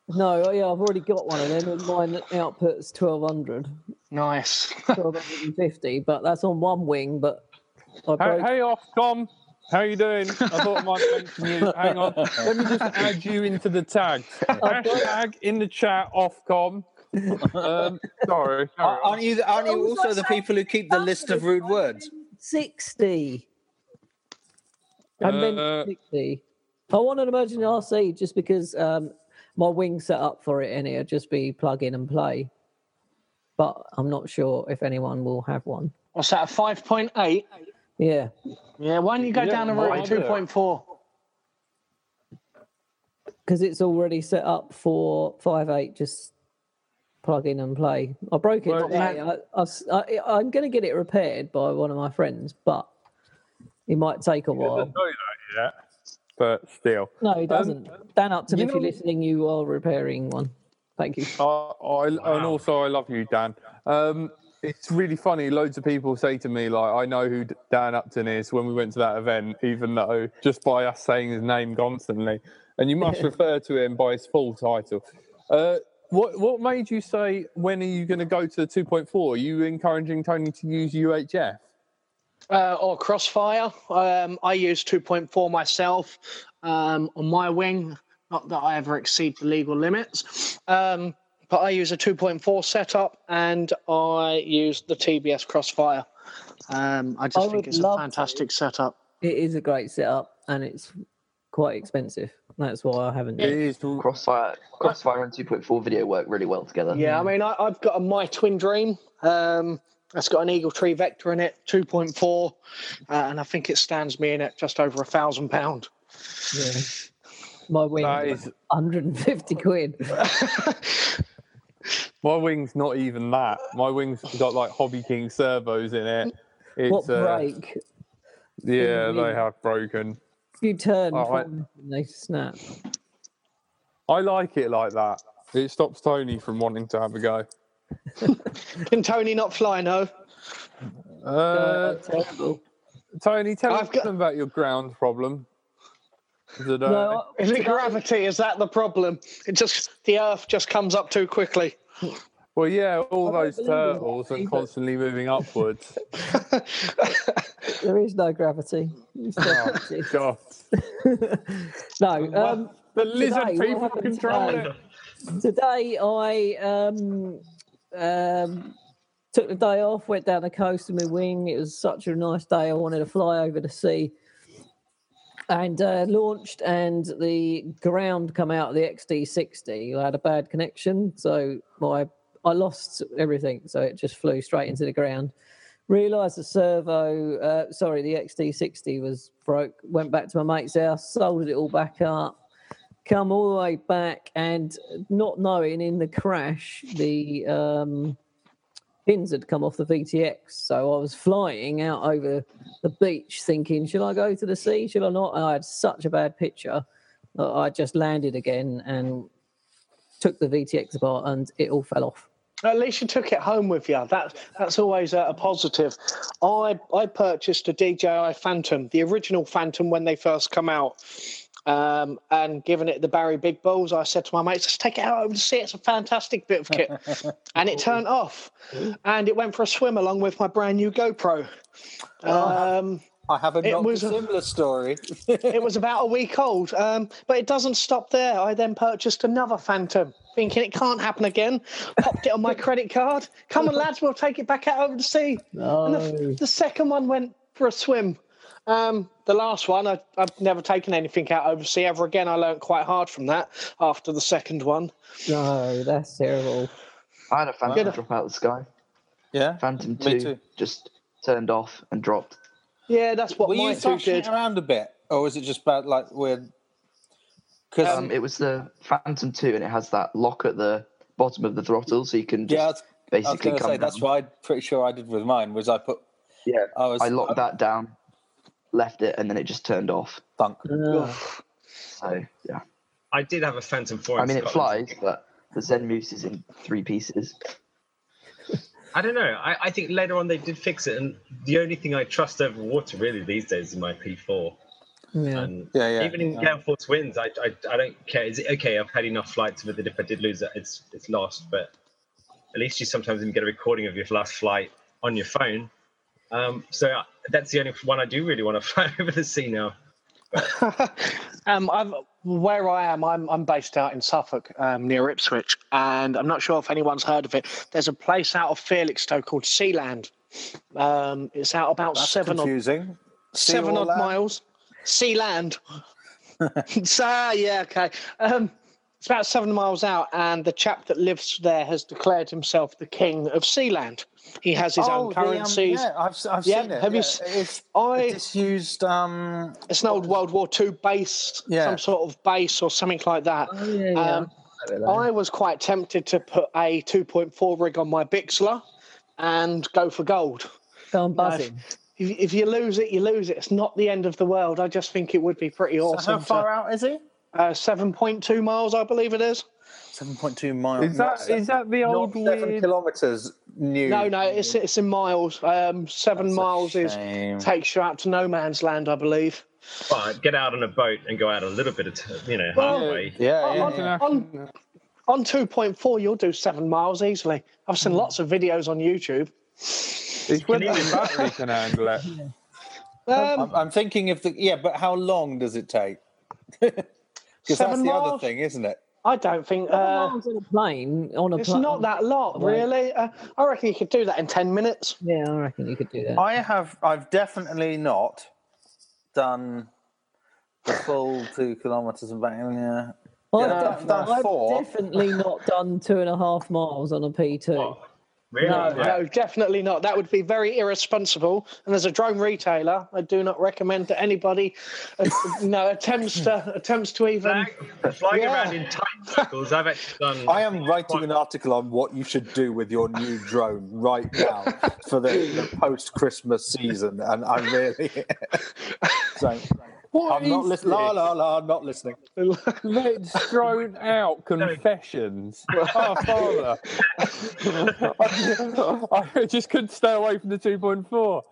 no. oh, Yeah, I've already got one of them, and mine outputs 1200, Nice. 1250, but that's on one wing. But I Hey, broke. hey off, Tom. How you doing? I thought I might mention you. Hang on, let me just add you into the tag. Hashtag in the chat, Ofcom. Um, sorry, carry Aren't- on. Aren't you, aren't you Oh, also the sorry. people who keep the list of rude words? 60. I Uh, meant 60. I want an emergency RC just because um, my wing set up for it and it'll just be plug in and play. But I'm not sure if anyone will have one. What's that? A 5.8. Yeah. Yeah. Why don't you go Yeah, down the why route of do it? 2.4? Because it's already set up for 5.8, just plug in and play. I broke it Well, today. I, am going to get it repaired by one of my friends, but it might take a He while. doesn't know that yet, but still. No, he doesn't. Dan Upton, Um, you if you're know- listening, you are repairing one. Thank you. I, I and also I love you, Dan. Um, it's really funny. Loads of people say to me like, "I know who D- Dan Upton is." When we went to that event, even though just by us saying his name constantly, and you must refer to him by his full title. Uh, what what made you say when are you going to go to the 2.4? Are you encouraging Tony to use UHF? uh, or Crossfire. Um, I use 2.4 myself um, on my wing. Not that I ever exceed the legal limits, um, but I use a 2.4 setup and I use the TBS Crossfire. Um, I just I think would it's a love to. fantastic setup. It is a great setup and it's quite expensive. That's why I haven't. It is Crossfire, Crossfire and 2.4 video work really well together. Yeah, I mean, I, I've got a My Twin Dream. Um, that's got an Eagle Tree Vector in it, 2.4, uh, and I think it stands me in at just over a thousand pound. Yeah. My wing, that is 150 quid. my wing's not even that. My wing's got like Hobby King servos in it. It's, what uh, break? yeah, they wing? have broken. You turn Oh, I- from and they snap. I like it like that. It stops Tony from wanting to have a go. Can Tony not fly? No. Uh, They're terrible. Tony, tell I've us got- about your ground problem. uh, Today. No, I- Is it gravity? Is that the problem? It just the Earth just comes up too quickly. well, yeah, all I don't those believe in turtles gravity, and but- constantly moving upwards. there is no gravity. It's oh, exist. God. no, um, The lizard today, what people happened control today? it. today I um, um, took the day off, went down the coast in my wing. It was such a nice day. I wanted to fly over the sea. And uh, launched, and the ground come out of the XD60. I had a bad connection, so my I lost everything. So it just flew straight into the ground. Realised the servo, uh, sorry, the XD60 was broke. Went back to my mate's house, soldiered it all back up, come all the way back and not knowing in the crash the um, pins had come off the VTX. So I was flying out over the beach thinking, should I go to the sea? Should I not? And I had such a bad picture that I just landed again and took the VTX apart and it all fell off. At least you took it home with you. That that's always a, a positive. I I purchased a DJI Phantom, the original Phantom when they first come out. Um, and given it the Barry Big Balls, I said to my mates, "Let's take it out over the sea. It's a fantastic bit of kit." and it turned off, and it went for a swim along with my brand new GoPro. Um, I have a It not was a- dissimilar story. it was about a week old. Um, but it doesn't stop there. I then purchased another Phantom, thinking it can't happen again. Popped it on my credit card. Come on, lads, we'll take it back out over the sea. And the, No. the second one went for a swim. Um, the last one, I, I've never taken anything out over the sea ever again. I learned quite hard from that after the second one. No, that's terrible. I had a phantom Good. drop out of the sky. yeah. Phantom Me 2 too. just turned off and dropped. Yeah, that's what Were my you two thrashing did. it around a bit, or was it just about like weird? Because Um, it was the Phantom 2 and it has that lock at the bottom of the throttle so you can yeah, I just was, I was basically going to come say down. that's what I'm pretty sure I did with mine. Was I put Yeah. I was I uh, locked that down, left it, and then it just turned off. thunk. No. Oof. So yeah. I did have a Phantom 4 in I mean it Scotland. flies, but the Zen Moose is in three pieces. I don't know. I, I think later on they did fix it, and the only thing I trust over water really these days is my P4. Yeah. And Yeah, yeah. even in Um, gale force winds, I, I I don't care. Is it okay? I've had enough flights with it. If I did lose it, it's it's lost. But at least you sometimes even get a recording of your last flight on your phone. Um, so that's the only one I do really want to fly over the sea now. um, I'm where I am. I'm I'm based out in Suffolk, um, near Ipswich, and I'm not sure if anyone's heard of it. There's a place out of Felixstowe called Sealand. Um, it's out about That's seven or confusing. See seven all odd that? miles. Sea land. so yeah, okay. Um, it's about seven miles out, and the chap that lives there has declared himself the king of Sealand. He has his Oh, own the, um, currencies. yeah, I've, s- I've Yeah, seen it. have you yeah. s- It's I- a disused. Um, It's an old World War II base, Yeah. some sort of base or something like that. Oh, yeah, yeah. Um, I was quite tempted to put a 2.4 rig on my Bixler and go for gold. So I'm buzzing. If, if you lose it, you lose it. It's not the end of the world. I just think it would be pretty So awesome. how far out is he? to- uh, 7.2 miles, I believe it is. Seven point two miles. Is that is that the not old seven weird? kilometers? New. No, no, it's it's in miles. Um, seven Mm. That's a miles is shame. takes you out to no man's land, I believe. But get out on a boat and go out a little bit of, t- you know, Well- halfway. Yeah, yeah, yeah. International- On 2.4, you'll do seven miles easily. I've seen lots of videos on YouTube. It's when Canadian the battery can handle it. Um, I'm, I'm thinking if the yeah, but how long does it take? Because that's Seven the other miles? thing, isn't it? I don't think Seven uh, miles on a plane on a it's pla- not that lot, Right. really. Uh, I reckon you could do that in 10 minutes. Yeah, I reckon you could do that. I have. I've definitely not done the full two kilometers and back. Yeah. I've, Yeah, def- I've done I've four. definitely not done two and a half miles on a P2. Oh, really? No, Yeah. no, definitely not. That would be very irresponsible. And as a drone retailer, I do not recommend that anybody, uh, you know, attempts to attempts to even. Flying- Flying Yeah. around in tight circles, I've actually done. I am writing an article on what you should do with your new drone right now for the, the post Christmas season, and I really. so, What I'm not is listening. La la la, I'm not listening. Let's throw out confessions. Oh, father. I just, I just couldn't stay away from the 2.4.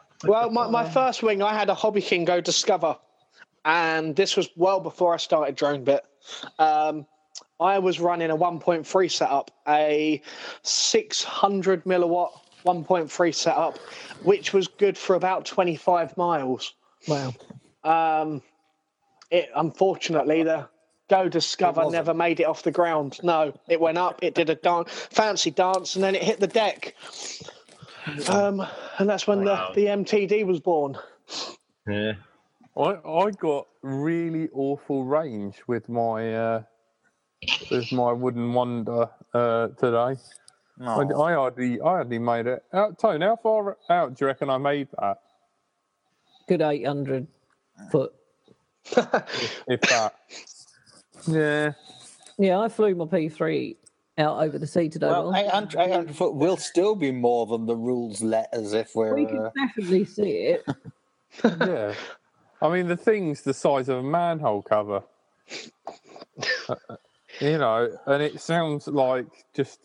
well, my, my first wing, I had a Hobby King go Discover, and this was well before I started drone bit. Um, I was running a 1.3 setup, a 600 milliwatt 1.3 setup, which was good for about 25 miles. Wow. Um, it unfortunately the Go Discover never made it off the ground. No, it went up, it did a dance, fancy dance, and then it hit the deck. Um, and that's when Wow. the, the MTD was born. Yeah. I, I got really awful range with my uh, with my wooden wonder uh, today. I, No. I hardly I hardly made it. Out, Tone, how far out do you reckon I made that? Good 800 foot. If that. yeah. Yeah, I flew my P3 out over the sea today. Well, but 800, 800 foot will still be more than the rules let us if we we're. could Uh, definitely see it. Yeah. I mean, the thing's the size of a manhole cover. Uh, you know, and it sounds like just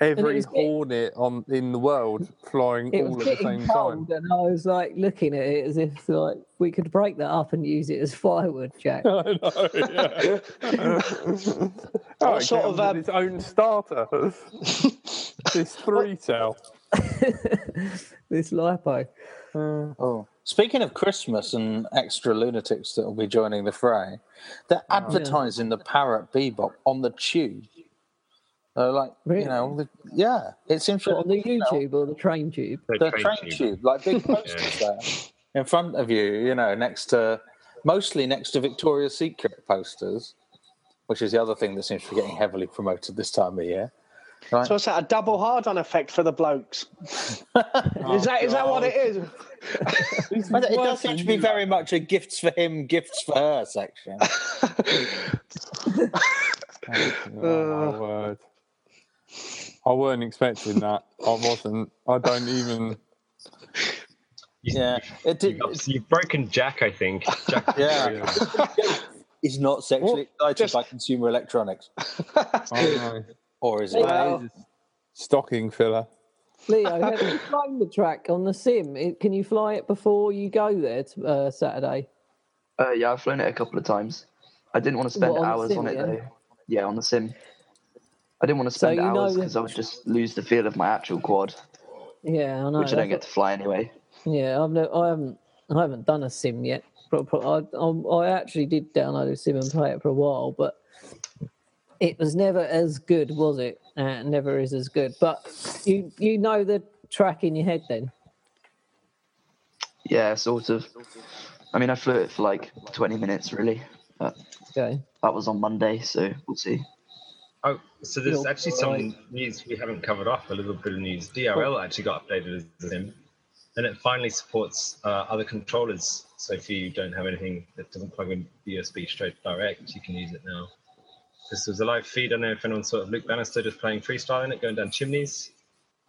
every was getting- hornet on in the world flying It all was at the getting same cold, time. and I was like looking at it as if like we could break that up and use it as firewood, Jack. I know, yeah. oh, it sort of, comes uh, um, with its own starter. this three tail. this lipo. oh. Speaking of Christmas and extra lunatics that will be joining the fray, they're Oh. advertising the Parrot Bebop on the Tube. Uh, like Really? you know, the, yeah, it seems What, on the you know, YouTube or the train tube? The the train train tube. tube, like big posters there in front of you, you know, next to mostly next to Victoria's Secret posters, which is the other thing that seems to be getting heavily promoted this time of year. So what's that? A double hard on effect for the blokes? is that is that what it is? But it does seem to be very much a gifts for him, gifts for her section. Uh. Oh, my word. I weren't expecting that. I wasn't. I don't even. You, Yeah, it did. You've, you've broken Jack, I think. Jack, Yeah, he's not sexually excited Just- by consumer electronics, I know. or is he? Well- That is a stocking filler. Leo, have you flown the track on the sim? It- Can you fly it before you go there t uh, Saturday? Uh, yeah, I've flown it a couple of times. I didn't want to spend What, on the hours sim on it again? though. Yeah, on the sim. I didn't want to So spend you know hours that- because I would just lose the feel of my actual quad, Yeah, I know. which I don't that's get to fly anyway. Yeah, I've no, I haven't, I haven't done a sim yet. Pro- pro- I, um, I actually did download a sim and play it for a while, but it was never as good, was it? Uh, it never is as good. But you, you know the track in your head then. Yeah, sort of. I mean, I flew it for like 20 minutes really. But Okay. that was on Monday, so we'll see. Oh, so there's You're actually some news we haven't covered off. A little bit of news. DRL actually got updated as him. and it finally supports uh, other controllers. So if you don't have anything that doesn't plug in the USB straight direct, you can use it now. This was a live feed. I don't know if anyone saw it. Luke Bannister just playing freestyle in it, going down chimneys.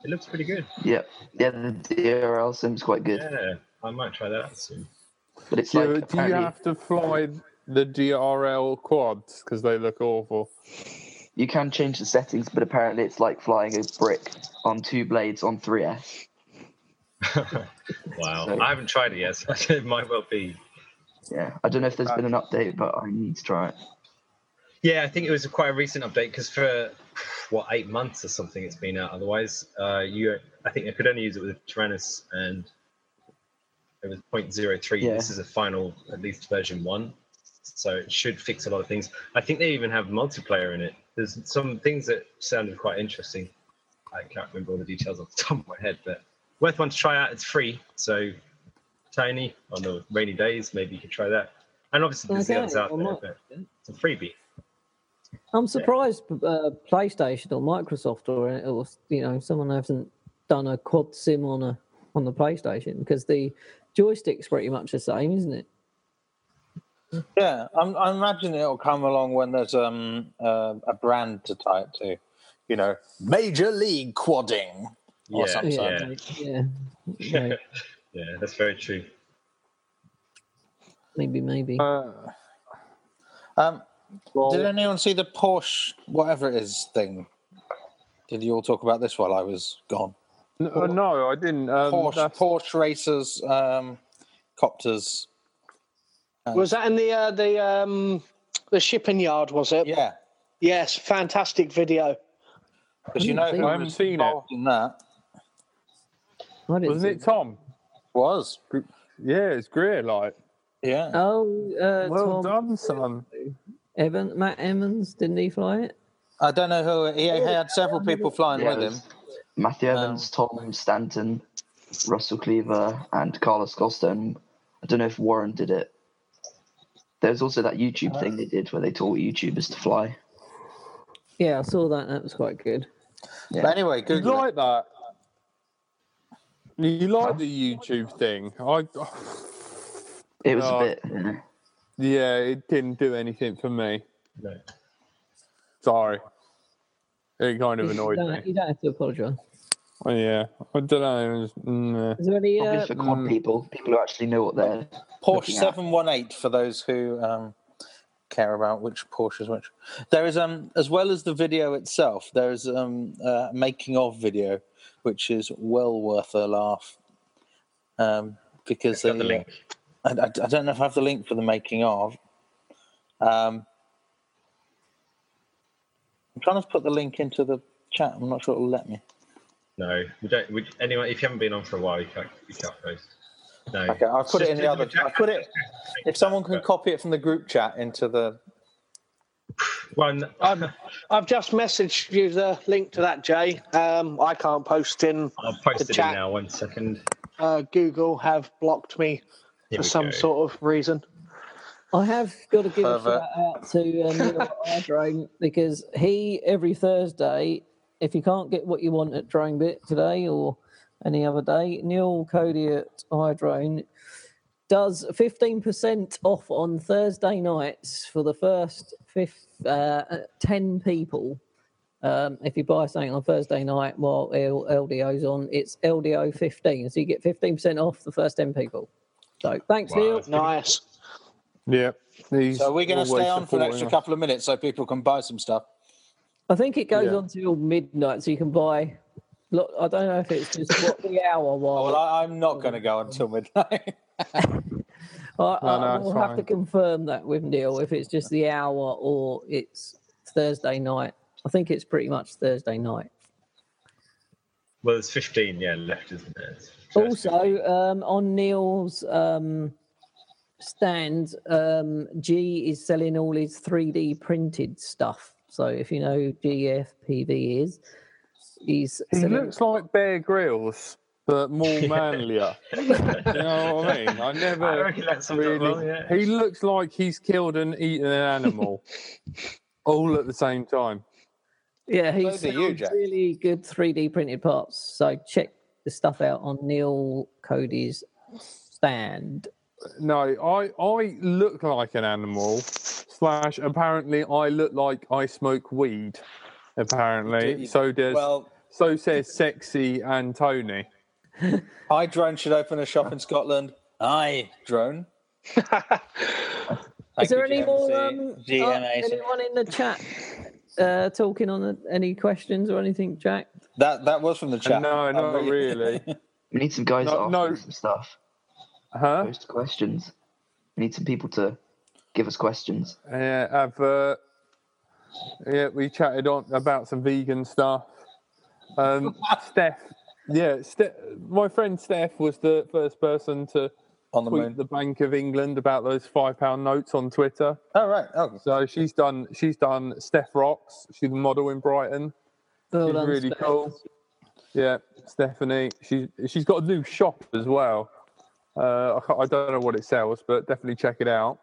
It looks pretty good. Yeah, yeah, the DRL sim's quite good, Yeah, I might try that out soon. but it's Do, like do you apparently have to fly the DRL quads because they look awful? you can change the settings, but apparently it's like flying a brick on two blades on 3S. Wow, So- I haven't tried it yet. So it might well be. Yeah, I don't know if there's been an update, but I need to try it. Yeah, I think it was quite a recent update because for what eight months or something it's been out. Otherwise, uh, you I think I could only use it with Tyrannus and it was 0.03. Yeah. This is a final, at least version one, so it should fix a lot of things. I think they even have multiplayer in it. There's some things that sounded quite interesting. I can't remember all the details off the top of my head, but worth one to try out. It's free, so Tony on the rainy days maybe you could try that. And obviously there's the Okay, others out I there, might. but it's a freebie. I'm surprised uh, PlayStation or Microsoft or uh, or you know someone hasn't done a quad sim on a on the PlayStation because the joystick's pretty much the same, isn't it? Yeah, I'm, I imagine it'll come along when there's um uh, a brand to tie it to, you know, Major League Quadding or Yeah, something. Yeah, yeah, yeah. Yeah, that's very true. maybe, maybe. Uh, Um, well, did anyone see the Porsche whatever it is thing? Did you all talk about this while I was gone? n- uh, no, I didn't. Um, Porsche that's- Porsche racers, um, copters. Was that in the uh, the um, the shipping yard? Was it? Yeah, Yes, fantastic video. because you know I who Hmm, haven't was seen it. involved in that I didn't wasn't it see- Tom? was Yeah, it's great. Like, yeah. Oh, uh, well Tom done, son. Evan, Matt Emmons, didn't he fly it? I don't know who he, he had several people flying Yeah, it with him. was Matthew um, Evans, Tom Stanton, Russell Cleaver, and Carlos Goldstone. I don't know if Warren did it. There was also that Uh-huh. YouTube thing they did where they taught YouTubers to fly. Yeah, I saw that. That was quite good. Yeah. But anyway, You Google it. like that? You like the YouTube thing? I It was Oh. a bit. yeah. yeah, it didn't do anything for me. No. Sorry, it kind of You annoyed don't, me. you don't have to apologise. Oh, yeah, I don't know. Is there any? Probably Uh, for quad mm. people, people who actually know what they're. Porsche looking at. seven one eight for those who um, care about which Porsche is which. There is um as well as the video itself, there is um uh, making of video, which is well worth a laugh. Um, because Got the uh, link. I, I, I don't know if I have the link for the making of. Um, I'm trying to put the link into the chat. I'm not sure it'll let me. No, we don't. We, anyway, if you haven't been on for a while, you can't. You can't post. No. Okay, I'll put it in the Just- other. I put it. If someone can copy it from the group chat into the One. I've, I've just messaged you the link to that, Jay. Um, I can't post in. I'll post the it chat. in now. One second. Uh, Google have blocked me Here for we some go. sort of reason. I have got to give a Pervert. shout out to um, Neil at iDrone because he every Thursday, if you can't get what you want at Drone Bit today or any other day, Neil Cody at iDrone does fifteen percent off on Thursday nights for the first fifth, uh, ten people. Um, if you buy something on Thursday night while L- LDO's on, it's LDO fifteen, so you get fifteen percent off the first ten people. So thanks, Wow, Neil. that's pretty- Nice. Yeah, he's So we're going to always stay on for an supporting extra us. couple of minutes so people can buy some stuff. I think it goes Yeah. on till midnight, so you can buy. Look, I don't know if it's just what the hour Oh, while. well, I, I'm not going to go until midnight. I, No, I, no, it's we'll have to fine. confirm that with Neil if it's just the hour or it's Thursday night. I think it's pretty much Thursday night. Well, there's 15. Yeah, left, isn't there? It's- Also, um, on Neil's um, stand, um, G is selling all his 3D printed stuff. So if you know who GFPV is, he's He selling looks like Bear Grylls, but more manlier. You know what I mean? I I never reckon that's really. really. Well, yeah. He looks like he's killed and eaten an animal, all at the same time. Yeah, he Those are you, sells Jack. really good 3D printed parts. So check the stuff out on Neil Cody's stand. No, I I look like an animal. Slash, apparently, I look like I smoke weed. Apparently, so does Well, so says sexy and Tony. I drone should open a shop in Scotland. I drone. Is there any more um, uh, anyone in the chat uh, talking on the, any questions or anything, Jack? that that was from the chat. Um, No, I'm not really. We need some guys No, to ask no. us some stuff. Huh? Post questions. We need some people to give us questions. Yeah, I've uh, yeah, we chatted on about some vegan stuff. Um, Steph, yeah, Ste- my friend Steph was the first person to on the tweet moon. the Bank of England about those five pound notes on Twitter. Oh right. Oh, So she's done. She's done Steph rocks. She's a model in Brighton. Well She's done, really Steph. cool. Yeah, Stephanie. She's she's got a new shop as well. Uh, I, can't- I don't know what it sells, but definitely check it out.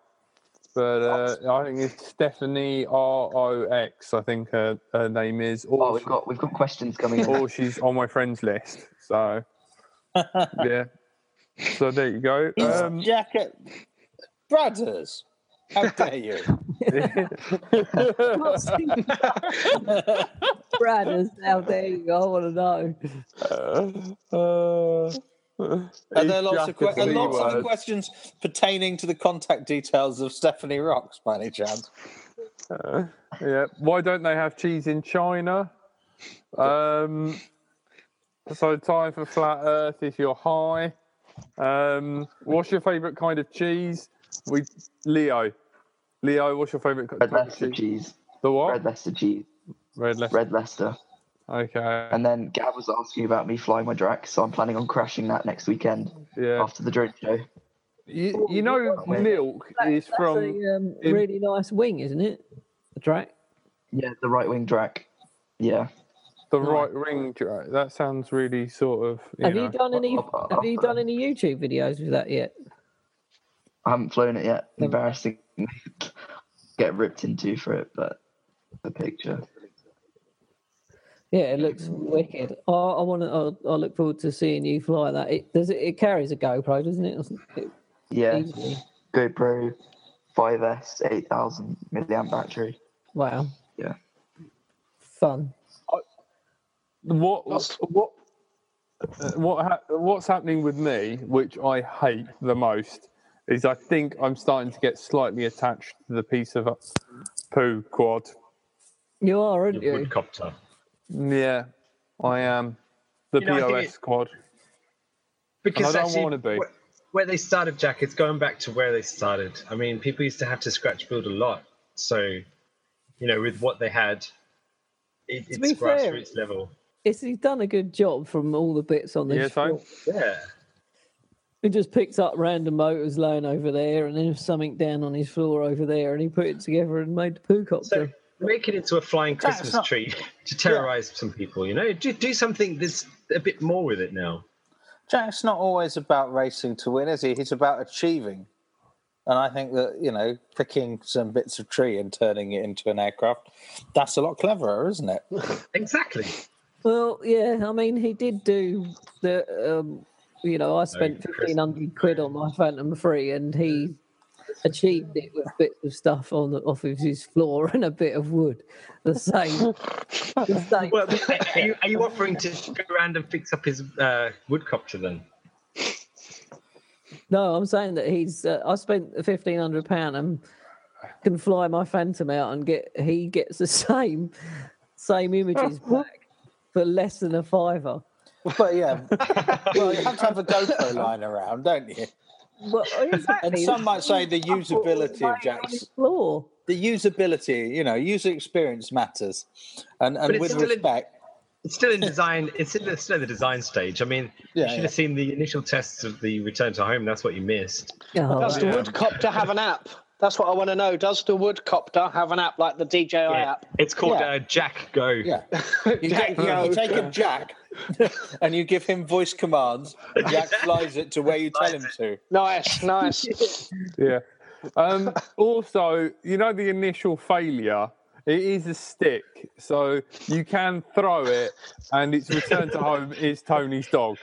But uh, I think it's Stephanie R O X. I think her, her name is. Or, Oh, we've got we've got questions coming in. or she's on my friends list. So yeah. So there you go. It's Um, Jack at Brothers. How dare you? Not seen- Brothers, how dare you? I want to know. uh, Are there lots of, que- are questions? lots of questions pertaining to the contact details of Stephanie Rocks, by any chance? Yeah. Why don't they have cheese in China? Um, so time for flat Earth if you're high. Um, what's your favourite kind of cheese? We Leo. Leo, what's your favourite kind Red of Leicester cheese? cheese. The Red what? Leicester cheese. Red Leicester. Red Leicester. Okay. And then Gav was asking about me flying my Drax, so I'm planning on crashing that next weekend Yeah. after the drone show. You, you know, Wait. milk is That's from. a um, in- really nice wing, isn't it? The track. Yeah, the right wing Drac. Yeah. The right ring. dra- That sounds really sort of. You Have know. you done any? I'll- I'll- Have you I'll- done any YouTube videos with that yet? I haven't flown it yet. Never- Embarrassing. Get ripped into for it, but the picture. Yeah, it looks wicked. I, I want to. I, I look forward to seeing you fly that. It does. It, it carries a GoPro, doesn't it? It- Yeah. easily. GoPro 5S 8000 milliamp battery. Wow. Yeah. Fun. What Lost. what uh, what ha- what's happening with me, which I hate the most, is I think I'm starting to get slightly attached to the piece of uh, poo quad. You are, aren't Your you? woodcopter. Yeah, I am the You know, I think POS it- quad. Because I don't actually, wanna be. Where, where they started, Jack, it's going back to where they started. I mean, people used to have to scratch build a lot. So, you know, with what they had, it, it's be fair- grassroots level. It's, he's done a good job from all the bits on this. Yes, I. short. Yeah. He just picked up random motors laying over there, and then something down on his floor over there, and he put it together and made the poo So copter. make it into a flying Christmas not- tree to terrorize some people, you know? Do, do something that's a bit more with it now. Jack's not always about racing to win, is he? He's about achieving. And I think that, you know, picking some bits of tree and turning it into an aircraft, that's a lot cleverer, isn't it? Exactly. Well, yeah, I mean, he did do the. Um, you know, I spent Christmas. fifteen hundred quid on my Phantom Three, and he achieved it with bits of stuff on the, off of his floor and a bit of wood. The same. the same. Well, are you, are you offering to go around and fix up his uh, woodcopter then? No, I'm saying that he's. Uh, I spent the fifteen hundred pound and can fly my Phantom out and get. He gets the same, same images back for less than a fiver. But yeah, well, you have to have a GoPro line around, don't you? Well, exactly. And some might say the That's what was usability made on of Jack's his floor. the usability, you know, user experience matters. And and it's with still in- respect, It's still in design. It's in the, still in the design stage. I mean, Yeah, you should yeah. have seen the initial tests of the Return to Home. That's what you missed. Oh, Does the Yeah. Woodcopter have an app? That's what I want to know. Does the Woodcopter have an app like the DJI app? It's called Yeah. uh, Jack Go. yeah. You, get, you, you take a jack and you give him voice commands, and Jack flies it to where you tell him to. Nice, nice. Yeah. Um, also, you know the initial failure. It is a stick, so you can throw it, and its return to home is Tony's dog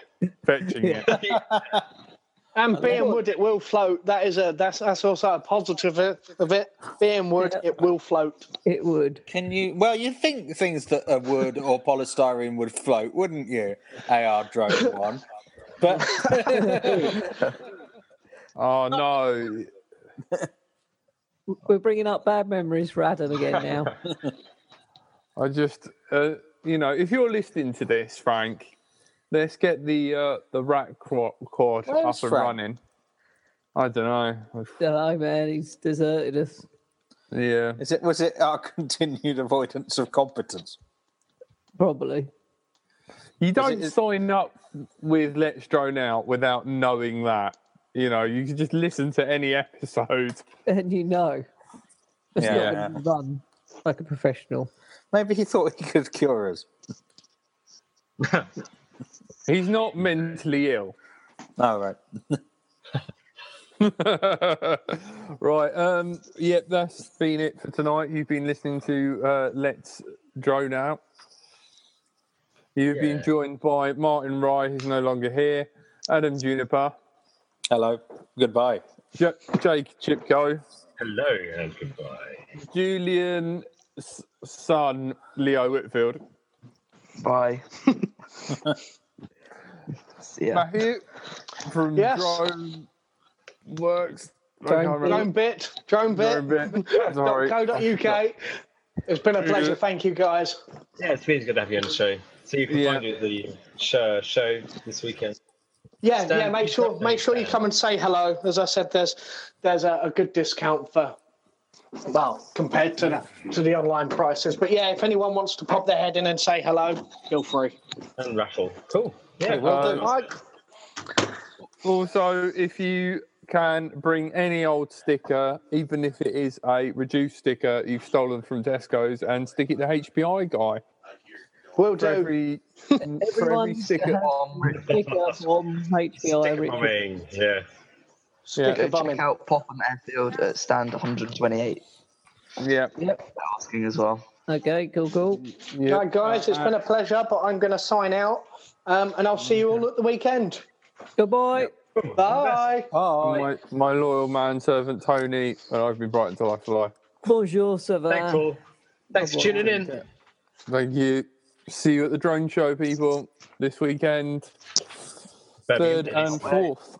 fetching it. And being wood, it will float. That is a that's that's also a positive of it. Being wood, Yeah. it will float. It would. Can you? Well, you'd think things that are wood or polystyrene would float, wouldn't you? AR drone one. But Oh no! We're bringing up bad memories for Adam again now. I just, uh, you know, if you're listening to this, Frank, let's get the uh, the rat court, court up and Where's Frank? running. I don't know. oh man, he's deserted us. Yeah. is it was it our continued avoidance of competence? Probably. You don't is- sign up with Let's Drone Out without knowing that. You know, you can just listen to any episode. And you know. It's Yeah. not when you run like a professional. Maybe he thought he could cure us. He's not mentally ill. All right. right. Um, yep, that's been it for tonight. You've been listening to uh, Let's Drone Out. You've been Yeah. joined by Martin Rye, who's no longer here, Adam Juniper, Hello. Goodbye. J- Jake Chipko, Hello and goodbye. Julian S- son, Leo Whitfield. Bye. See ya. Matthew from Yes. Drone Works. I Drone can't Drone remember. bit, drone bit. Drone bit. Sorry. Go dot UK. It's been a pleasure. Thank you guys. Yeah, it's really good to have you on the show. So you can Yeah. find you at the show, show this weekend. Yeah, Stan, yeah. Make please sure don't make do sure you that. come and say hello. As I said, there's there's a, a good discount for well compared to the, to the online prices. But yeah, if anyone wants to pop their head in and say hello, feel free. And raffle. Cool. Yeah, uh, well done. Mike, Also, if you can bring any old sticker, even if it is a reduced sticker you've stolen from Tesco's, and stick it to HBI guy. For will do. every, for every Everyone sticker. Um, Pick up on HBO Stick every bombing. Yeah. Yeah, go Bombing. check out Popham Airfield at stand 128. yeah, Yep. Asking as well. Okay, cool, cool. yeah. Right, guys, it's been a pleasure, but I'm going to sign out, um, and I'll see you all at the weekend. Goodbye. Bye. Bye. My, my loyal man servant Tony, and I've been bright until I fly. Bonjour, ça va? Thanks all. Thanks for tuning in. Thank you. See you at the drone show, people, this weekend. third Birmingham. and fourth.